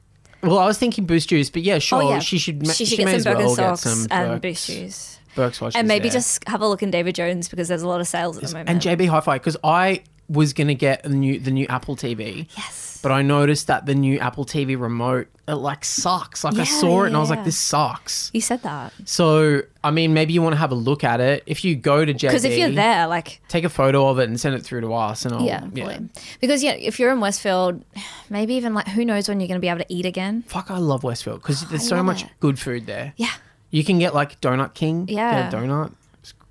[SPEAKER 2] Well, I was thinking Boost Juice, but yeah, sure.
[SPEAKER 1] Oh yeah,
[SPEAKER 2] She should, ma-
[SPEAKER 1] she should
[SPEAKER 2] may
[SPEAKER 1] get
[SPEAKER 2] as
[SPEAKER 1] some
[SPEAKER 2] well
[SPEAKER 1] Birkenstocks
[SPEAKER 2] get some
[SPEAKER 1] and
[SPEAKER 2] Birks-
[SPEAKER 1] Boost shoes,
[SPEAKER 2] Birks while she's
[SPEAKER 1] and maybe
[SPEAKER 2] there.
[SPEAKER 1] just have a look in David Jones because there's a lot of sales at the moment.
[SPEAKER 2] and JB Hi-Fi because I was going to get the new the new Apple TV.
[SPEAKER 1] yes,
[SPEAKER 2] But I noticed that the new Apple TV remote it like sucks. Like I
[SPEAKER 1] Yeah,
[SPEAKER 2] saw it and I was
[SPEAKER 1] yeah,
[SPEAKER 2] like,
[SPEAKER 1] yeah.
[SPEAKER 2] this sucks.
[SPEAKER 1] you said that
[SPEAKER 2] So I mean, maybe you want to have a look at it. If you go to JB,
[SPEAKER 1] because if you're there, like
[SPEAKER 2] take a photo of it and send it through to us, and I'll,
[SPEAKER 1] yeah, probably. because yeah, if you're in Westfield, maybe even like who knows when you're going to be able to eat again.
[SPEAKER 2] Fuck, I love Westfield because there's so
[SPEAKER 1] love
[SPEAKER 2] much
[SPEAKER 1] it.
[SPEAKER 2] good food there.
[SPEAKER 1] Yeah,
[SPEAKER 2] You can get like Donut King. get a
[SPEAKER 1] Yeah.
[SPEAKER 2] donut.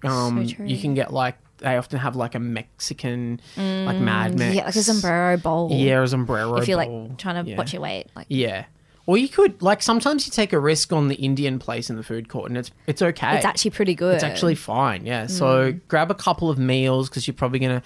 [SPEAKER 2] Um,
[SPEAKER 1] true.
[SPEAKER 2] you can get like they often have like a Mexican, like Mad Max.
[SPEAKER 1] Mm, yeah, like a sombrero bowl.
[SPEAKER 2] Yeah, a sombrero.
[SPEAKER 1] if you're
[SPEAKER 2] bowl.
[SPEAKER 1] like trying to
[SPEAKER 2] Yeah.
[SPEAKER 1] watch your weight, like
[SPEAKER 2] Yeah. Or you could like sometimes you take a risk on the Indian place in the food court, and it's it's okay.
[SPEAKER 1] it's actually pretty good. Mm.
[SPEAKER 2] It's actually fine, yeah. So grab a couple of meals because you're probably gonna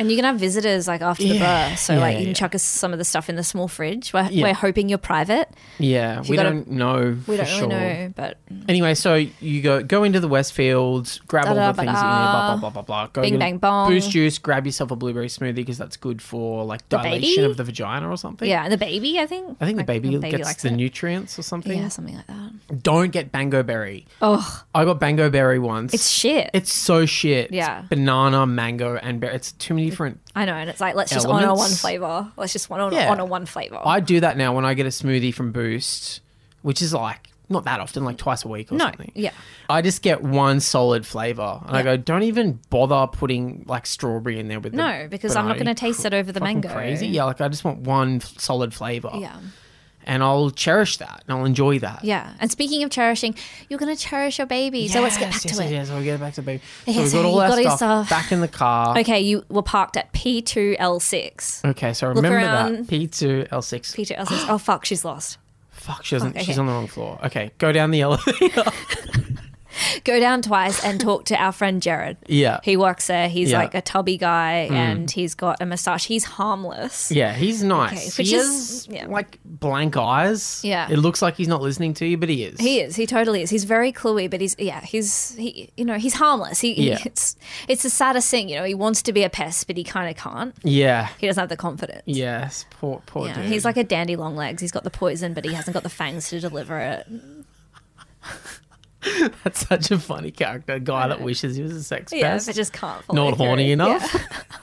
[SPEAKER 1] And you can have visitors like after
[SPEAKER 2] Yeah,
[SPEAKER 1] the birth, so
[SPEAKER 2] yeah,
[SPEAKER 1] like you can
[SPEAKER 2] yeah.
[SPEAKER 1] chuck us some of the stuff in the small fridge. We're,
[SPEAKER 2] Yeah.
[SPEAKER 1] we're hoping you're private.
[SPEAKER 2] Yeah, we
[SPEAKER 1] gotta-
[SPEAKER 2] don't know.
[SPEAKER 1] We don't
[SPEAKER 2] for
[SPEAKER 1] really
[SPEAKER 2] sure.
[SPEAKER 1] know, but
[SPEAKER 2] Anyway, so you go go into the Westfields, grab all the things that you need, blah blah
[SPEAKER 1] Da-da-ba-da.
[SPEAKER 2] blah blah blah. Go
[SPEAKER 1] Bing,
[SPEAKER 2] get a
[SPEAKER 1] bang, bong.
[SPEAKER 2] Boost juice, grab yourself a blueberry smoothie because that's good for like dilation
[SPEAKER 1] baby?
[SPEAKER 2] of the vagina or something.
[SPEAKER 1] yeah, and the baby, I think.
[SPEAKER 2] I think the
[SPEAKER 1] Like,
[SPEAKER 2] baby, gets
[SPEAKER 1] likes
[SPEAKER 2] the
[SPEAKER 1] it.
[SPEAKER 2] nutrients or something.
[SPEAKER 1] yeah, something like that.
[SPEAKER 2] Don't get bango berry.
[SPEAKER 1] Oh,
[SPEAKER 2] I got bango berry once.
[SPEAKER 1] it's shit.
[SPEAKER 2] It's so shit.
[SPEAKER 1] Yeah.
[SPEAKER 2] It's banana, mango, and berry. It's too many different.
[SPEAKER 1] I know, and it's like let's just honor
[SPEAKER 2] Elements.
[SPEAKER 1] one flavor. Let's just honor
[SPEAKER 2] Yeah.
[SPEAKER 1] honor one flavor.
[SPEAKER 2] I do that now when I get a smoothie from Boost, which is like not that often, like twice a week or
[SPEAKER 1] no,
[SPEAKER 2] something.
[SPEAKER 1] yeah,
[SPEAKER 2] I just get one solid flavor, and I go, don't even bother putting like strawberry in there with the
[SPEAKER 1] no, because I'm not
[SPEAKER 2] banana.
[SPEAKER 1] going to taste it over the
[SPEAKER 2] Fucking
[SPEAKER 1] mango.
[SPEAKER 2] Crazy, yeah. Like I just want one f- solid flavor,
[SPEAKER 1] yeah,
[SPEAKER 2] and I'll cherish that and I'll enjoy that.
[SPEAKER 1] yeah. And speaking of cherishing, you're going to cherish your baby. so let's get
[SPEAKER 2] Yes,
[SPEAKER 1] back
[SPEAKER 2] yes,
[SPEAKER 1] to
[SPEAKER 2] yes,
[SPEAKER 1] it.
[SPEAKER 2] Yes, we'll get back to baby.
[SPEAKER 1] Okay,
[SPEAKER 2] so we
[SPEAKER 1] so
[SPEAKER 2] got all
[SPEAKER 1] you
[SPEAKER 2] our
[SPEAKER 1] got
[SPEAKER 2] stuff,
[SPEAKER 1] your stuff.
[SPEAKER 2] back in the car. Okay,
[SPEAKER 1] Okay, you were parked at P2L6.
[SPEAKER 2] so remember that
[SPEAKER 1] around.
[SPEAKER 2] P two L six.
[SPEAKER 1] P2L6. oh fuck, she's lost.
[SPEAKER 2] Fuck, she doesn't.
[SPEAKER 1] Fuck,
[SPEAKER 2] She's
[SPEAKER 1] okay.
[SPEAKER 2] on the wrong floor. Okay, go down the elevator.
[SPEAKER 1] Go down twice and talk to our friend Jared.
[SPEAKER 2] yeah,
[SPEAKER 1] He works there. He's
[SPEAKER 2] Yeah. Mm.
[SPEAKER 1] like a tubby guy and he's got a mustache. He's harmless.
[SPEAKER 2] yeah, he's nice.
[SPEAKER 1] Okay,
[SPEAKER 2] he
[SPEAKER 1] which
[SPEAKER 2] is
[SPEAKER 1] is- yeah.
[SPEAKER 2] like blank eyes.
[SPEAKER 1] Yeah.
[SPEAKER 2] it looks like he's not listening to you, but he is.
[SPEAKER 1] He is. He totally is. He's very cluey, but he's yeah. He's he. You know, he's harmless. He, he-
[SPEAKER 2] Yeah.
[SPEAKER 1] it's it's the saddest thing. You know, he wants to be a pest, but he kind of can't.
[SPEAKER 2] Yeah.
[SPEAKER 1] He doesn't have the confidence.
[SPEAKER 2] Yes, poor, poor
[SPEAKER 1] Yeah,
[SPEAKER 2] dude.
[SPEAKER 1] he's like a dandy long legs. He's got the poison, but he hasn't got the fangs to deliver it.
[SPEAKER 2] that's such a funny character. A guy that wishes he was a sex
[SPEAKER 1] Yeah,
[SPEAKER 2] pest.
[SPEAKER 1] but just can't. follow
[SPEAKER 2] not
[SPEAKER 1] through.
[SPEAKER 2] horny enough.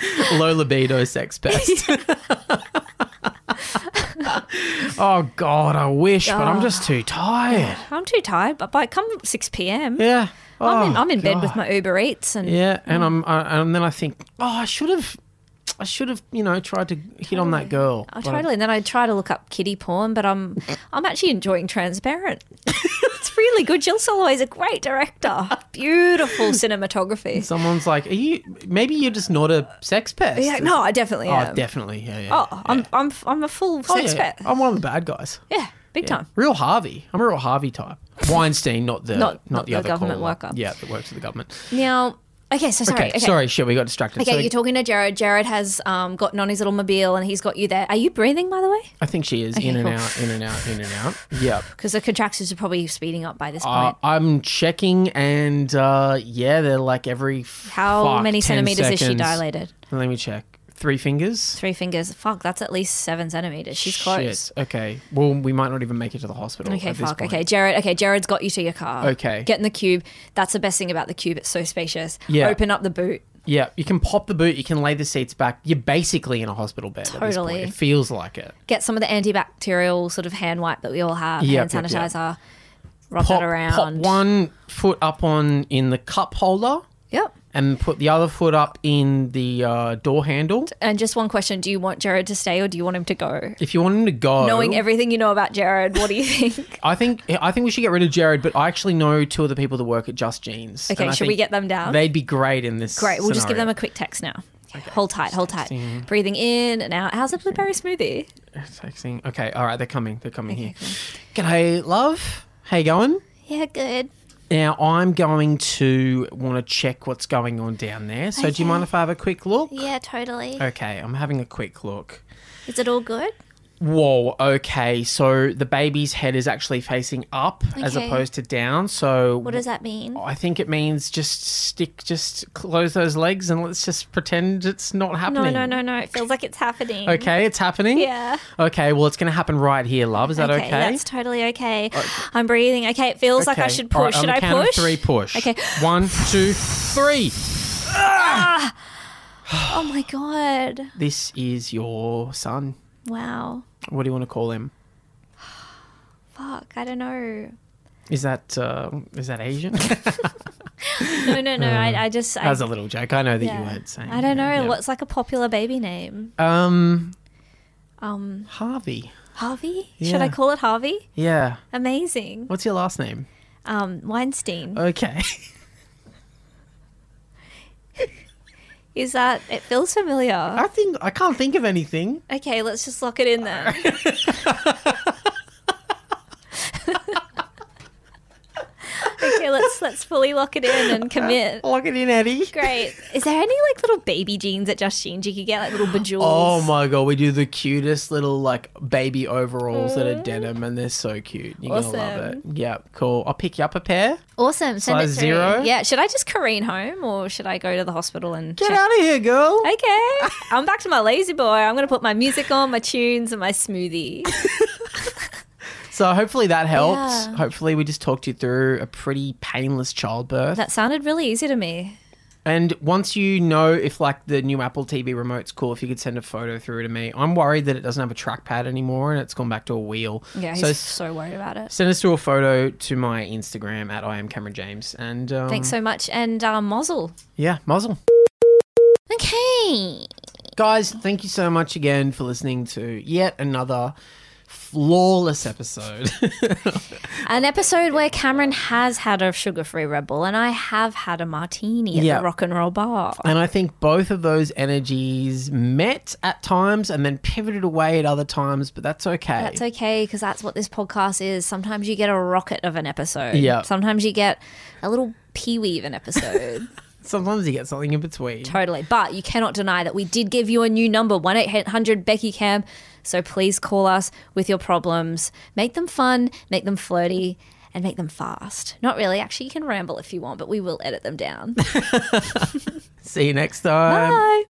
[SPEAKER 1] Yeah.
[SPEAKER 2] Low libido sex pest. oh God, I wish, but I'm
[SPEAKER 1] Oh.
[SPEAKER 2] just too tired.
[SPEAKER 1] I'm too tired, but by come six p.m.
[SPEAKER 2] Yeah. Oh,
[SPEAKER 1] I'm in, I'm in bed
[SPEAKER 2] God.
[SPEAKER 1] with my Uber Eats and
[SPEAKER 2] Yeah, and I'm I, and then I think, oh, I should have, I should have, you know, tried to hit on that girl.
[SPEAKER 1] I
[SPEAKER 2] But I'm-
[SPEAKER 1] totally. And then I try to look up kitty porn, but I'm I'm actually enjoying Transparent. it's really good. Jill Soloway is a great director. Beautiful cinematography.
[SPEAKER 2] Someone's like, are you? Maybe you're just not a sex pest.
[SPEAKER 1] Yeah, no, I definitely
[SPEAKER 2] Oh,
[SPEAKER 1] am.
[SPEAKER 2] definitely. Yeah, yeah.
[SPEAKER 1] Oh,
[SPEAKER 2] yeah.
[SPEAKER 1] I'm, I'm I'm a full
[SPEAKER 2] Oh,
[SPEAKER 1] sex
[SPEAKER 2] yeah,
[SPEAKER 1] pet.
[SPEAKER 2] I'm one of the bad guys.
[SPEAKER 1] Yeah, big time.
[SPEAKER 2] Real Harvey. I'm a real Harvey type. Weinstein, not the
[SPEAKER 1] Not-
[SPEAKER 2] not,
[SPEAKER 1] not
[SPEAKER 2] the,
[SPEAKER 1] the
[SPEAKER 2] other
[SPEAKER 1] government
[SPEAKER 2] caller.
[SPEAKER 1] worker.
[SPEAKER 2] Yeah, that works for the government.
[SPEAKER 1] Now, okay, so sorry.
[SPEAKER 2] Okay,
[SPEAKER 1] Okay,
[SPEAKER 2] sorry, shit, we got distracted.
[SPEAKER 1] Okay,
[SPEAKER 2] so
[SPEAKER 1] you're talking to Jared. Jared has um, gotten on his little mobile and he's got you there. Are you breathing, by the way?
[SPEAKER 2] I think she is in and
[SPEAKER 1] cool.
[SPEAKER 2] out, in and out, in and out. Yep.
[SPEAKER 1] Because the contractions are probably speeding up by this
[SPEAKER 2] Uh,
[SPEAKER 1] point.
[SPEAKER 2] I'm checking, and uh, yeah, they're like every
[SPEAKER 1] How
[SPEAKER 2] fuck,
[SPEAKER 1] many
[SPEAKER 2] 10
[SPEAKER 1] centimeters is she
[SPEAKER 2] seconds.
[SPEAKER 1] dilated?
[SPEAKER 2] Let me check. Three fingers.
[SPEAKER 1] Three fingers. Fuck, that's at least seven centimeters. She's close.
[SPEAKER 2] Shit. Okay. Well, we might not even make it to the hospital.
[SPEAKER 1] Okay,
[SPEAKER 2] at this
[SPEAKER 1] fuck.
[SPEAKER 2] point.
[SPEAKER 1] Okay, Jared. Okay, Jared's got you to your car.
[SPEAKER 2] Okay.
[SPEAKER 1] get in the cube. That's the best thing about the cube. It's so spacious.
[SPEAKER 2] Yeah.
[SPEAKER 1] Open up the boot.
[SPEAKER 2] Yeah, you can pop the boot. You can lay the seats back. You're basically in a hospital bed. At this point.
[SPEAKER 1] Totally.
[SPEAKER 2] It feels like it.
[SPEAKER 1] Get some of the antibacterial sort of hand wipe that we all have.
[SPEAKER 2] Yep,
[SPEAKER 1] hand
[SPEAKER 2] yep, yep.
[SPEAKER 1] sanitizer. Rub
[SPEAKER 2] Pop,
[SPEAKER 1] that around.
[SPEAKER 2] pop one foot up on in the cup holder,
[SPEAKER 1] Yep.
[SPEAKER 2] and put the other foot up in the uh, door handle.
[SPEAKER 1] And just one question: Do you want Jared to stay or do you want him to go?
[SPEAKER 2] If you want him to go,
[SPEAKER 1] Knowing everything you know about Jared, what do you think?
[SPEAKER 2] I think I think we should get rid of Jared. But I actually know two of the people that work at Just Jeans.
[SPEAKER 1] Okay,
[SPEAKER 2] and I
[SPEAKER 1] should we
[SPEAKER 2] think
[SPEAKER 1] get them down?
[SPEAKER 2] They'd be great in this.
[SPEAKER 1] Great. We'll just give them a
[SPEAKER 2] scenario.
[SPEAKER 1] quick text now. Hold tight. Hold tight. Breathing in and out. How's the blueberry smoothie?
[SPEAKER 2] Texting. Okay, all right, they're coming. They're coming here. G'day, love. How you going?
[SPEAKER 1] Yeah, good.
[SPEAKER 2] Now I'm going to want to check what's going on down there. So do you mind if I have a quick look?
[SPEAKER 1] Yeah, totally.
[SPEAKER 2] Okay, I'm having a quick look.
[SPEAKER 1] Is it all good?
[SPEAKER 2] Whoa, okay. So the baby's head is actually facing up as
[SPEAKER 1] Okay.
[SPEAKER 2] opposed to down. So
[SPEAKER 1] What does that mean?
[SPEAKER 2] I think it means just stick just close those legs and let's just pretend it's not happening.
[SPEAKER 1] No, no, no, no. It feels like it's happening.
[SPEAKER 2] Okay, it's happening.
[SPEAKER 1] Yeah.
[SPEAKER 2] Okay, well it's going to happen right here, love. Is that okay?
[SPEAKER 1] That's totally okay. I'm breathing. Okay. It feels like I
[SPEAKER 2] Okay.
[SPEAKER 1] should
[SPEAKER 2] All right,
[SPEAKER 1] push.
[SPEAKER 2] on
[SPEAKER 1] should
[SPEAKER 2] the
[SPEAKER 1] I
[SPEAKER 2] count of
[SPEAKER 1] push?
[SPEAKER 2] Three push.
[SPEAKER 1] Okay.
[SPEAKER 2] One, two, three.
[SPEAKER 1] Oh my god.
[SPEAKER 2] This is your son.
[SPEAKER 1] Wow.
[SPEAKER 2] What do you want to call him?
[SPEAKER 1] Fuck. I don't know.
[SPEAKER 2] Is that uh, is that Asian?
[SPEAKER 1] No, no, no. I, I just. I,
[SPEAKER 2] That's a little joke. I know that you
[SPEAKER 1] yeah.
[SPEAKER 2] weren't saying.
[SPEAKER 1] I don't know.
[SPEAKER 2] yeah, yeah.
[SPEAKER 1] What's like a popular baby name?
[SPEAKER 2] um
[SPEAKER 1] Um,
[SPEAKER 2] Harvey?
[SPEAKER 1] Harvey. Should I
[SPEAKER 2] Yeah.
[SPEAKER 1] call it Harvey?
[SPEAKER 2] Yeah.
[SPEAKER 1] Amazing.
[SPEAKER 2] What's your last name?
[SPEAKER 1] Um, Weinstein.
[SPEAKER 2] Okay.
[SPEAKER 1] Is that? It feels familiar.
[SPEAKER 2] I think I can't think of anything.
[SPEAKER 1] Okay. Let's just lock it in there. okay. Let's yes, let's fully lock it in and commit.
[SPEAKER 2] Lock it in, Eddie.
[SPEAKER 1] Great. Is there any like little baby jeans that Just Jeans you could get, like little bejewels?
[SPEAKER 2] Oh my god, we do the cutest little like baby overalls that
[SPEAKER 1] Mm.
[SPEAKER 2] are denim, and they're so cute. You're gonna love it. Yeah, cool. I'll pick you up a pair.
[SPEAKER 1] Awesome. Send
[SPEAKER 2] Size
[SPEAKER 1] it through.
[SPEAKER 2] zero?
[SPEAKER 1] Yeah. Should I just careen home or should I go to the hospital and
[SPEAKER 2] Get
[SPEAKER 1] check?
[SPEAKER 2] out of here, girl.
[SPEAKER 1] Okay. I'm back to my lazy boy. I'm going to put my music on, my tunes, and my smoothie.
[SPEAKER 2] So hopefully that helped.
[SPEAKER 1] Yeah.
[SPEAKER 2] Hopefully we just talked you through a pretty painless childbirth.
[SPEAKER 1] that sounded really easy to me.
[SPEAKER 2] and once you know if like the new Apple TV remote's cool, if you could send a photo through to me. I'm worried that it doesn't have a trackpad anymore and it's gone back to a wheel.
[SPEAKER 1] Yeah. He's
[SPEAKER 2] So
[SPEAKER 1] so,
[SPEAKER 2] s-
[SPEAKER 1] worried about it.
[SPEAKER 2] send us through a photo to my Instagram at I am Cameron James. And um,
[SPEAKER 1] Thanks so much. And uh, Mozzle.
[SPEAKER 2] Yeah, muzzle.
[SPEAKER 1] Okay.
[SPEAKER 2] Guys, thank you so much again for listening to yet another flawless episode.
[SPEAKER 1] An episode where Cameron has had a sugar free Red Bull and I have had a martini at
[SPEAKER 2] Yeah.
[SPEAKER 1] the rock and roll bar.
[SPEAKER 2] And I think both of those energies met at times and then pivoted away at other times, but that's okay.
[SPEAKER 1] That's okay because that's what this podcast is. Sometimes you get a rocket of an episode.
[SPEAKER 2] Yeah.
[SPEAKER 1] Sometimes you get a little peewee of an episode.
[SPEAKER 2] Sometimes you get something in between.
[SPEAKER 1] totally. But you cannot deny that we did give you a new number, 1 800 Becky Cam. So please call us with your problems. Make them fun, make them flirty, and make them fast. Not really. Actually, you can ramble if you want, but we will edit them down.
[SPEAKER 2] See you next time.
[SPEAKER 1] Bye.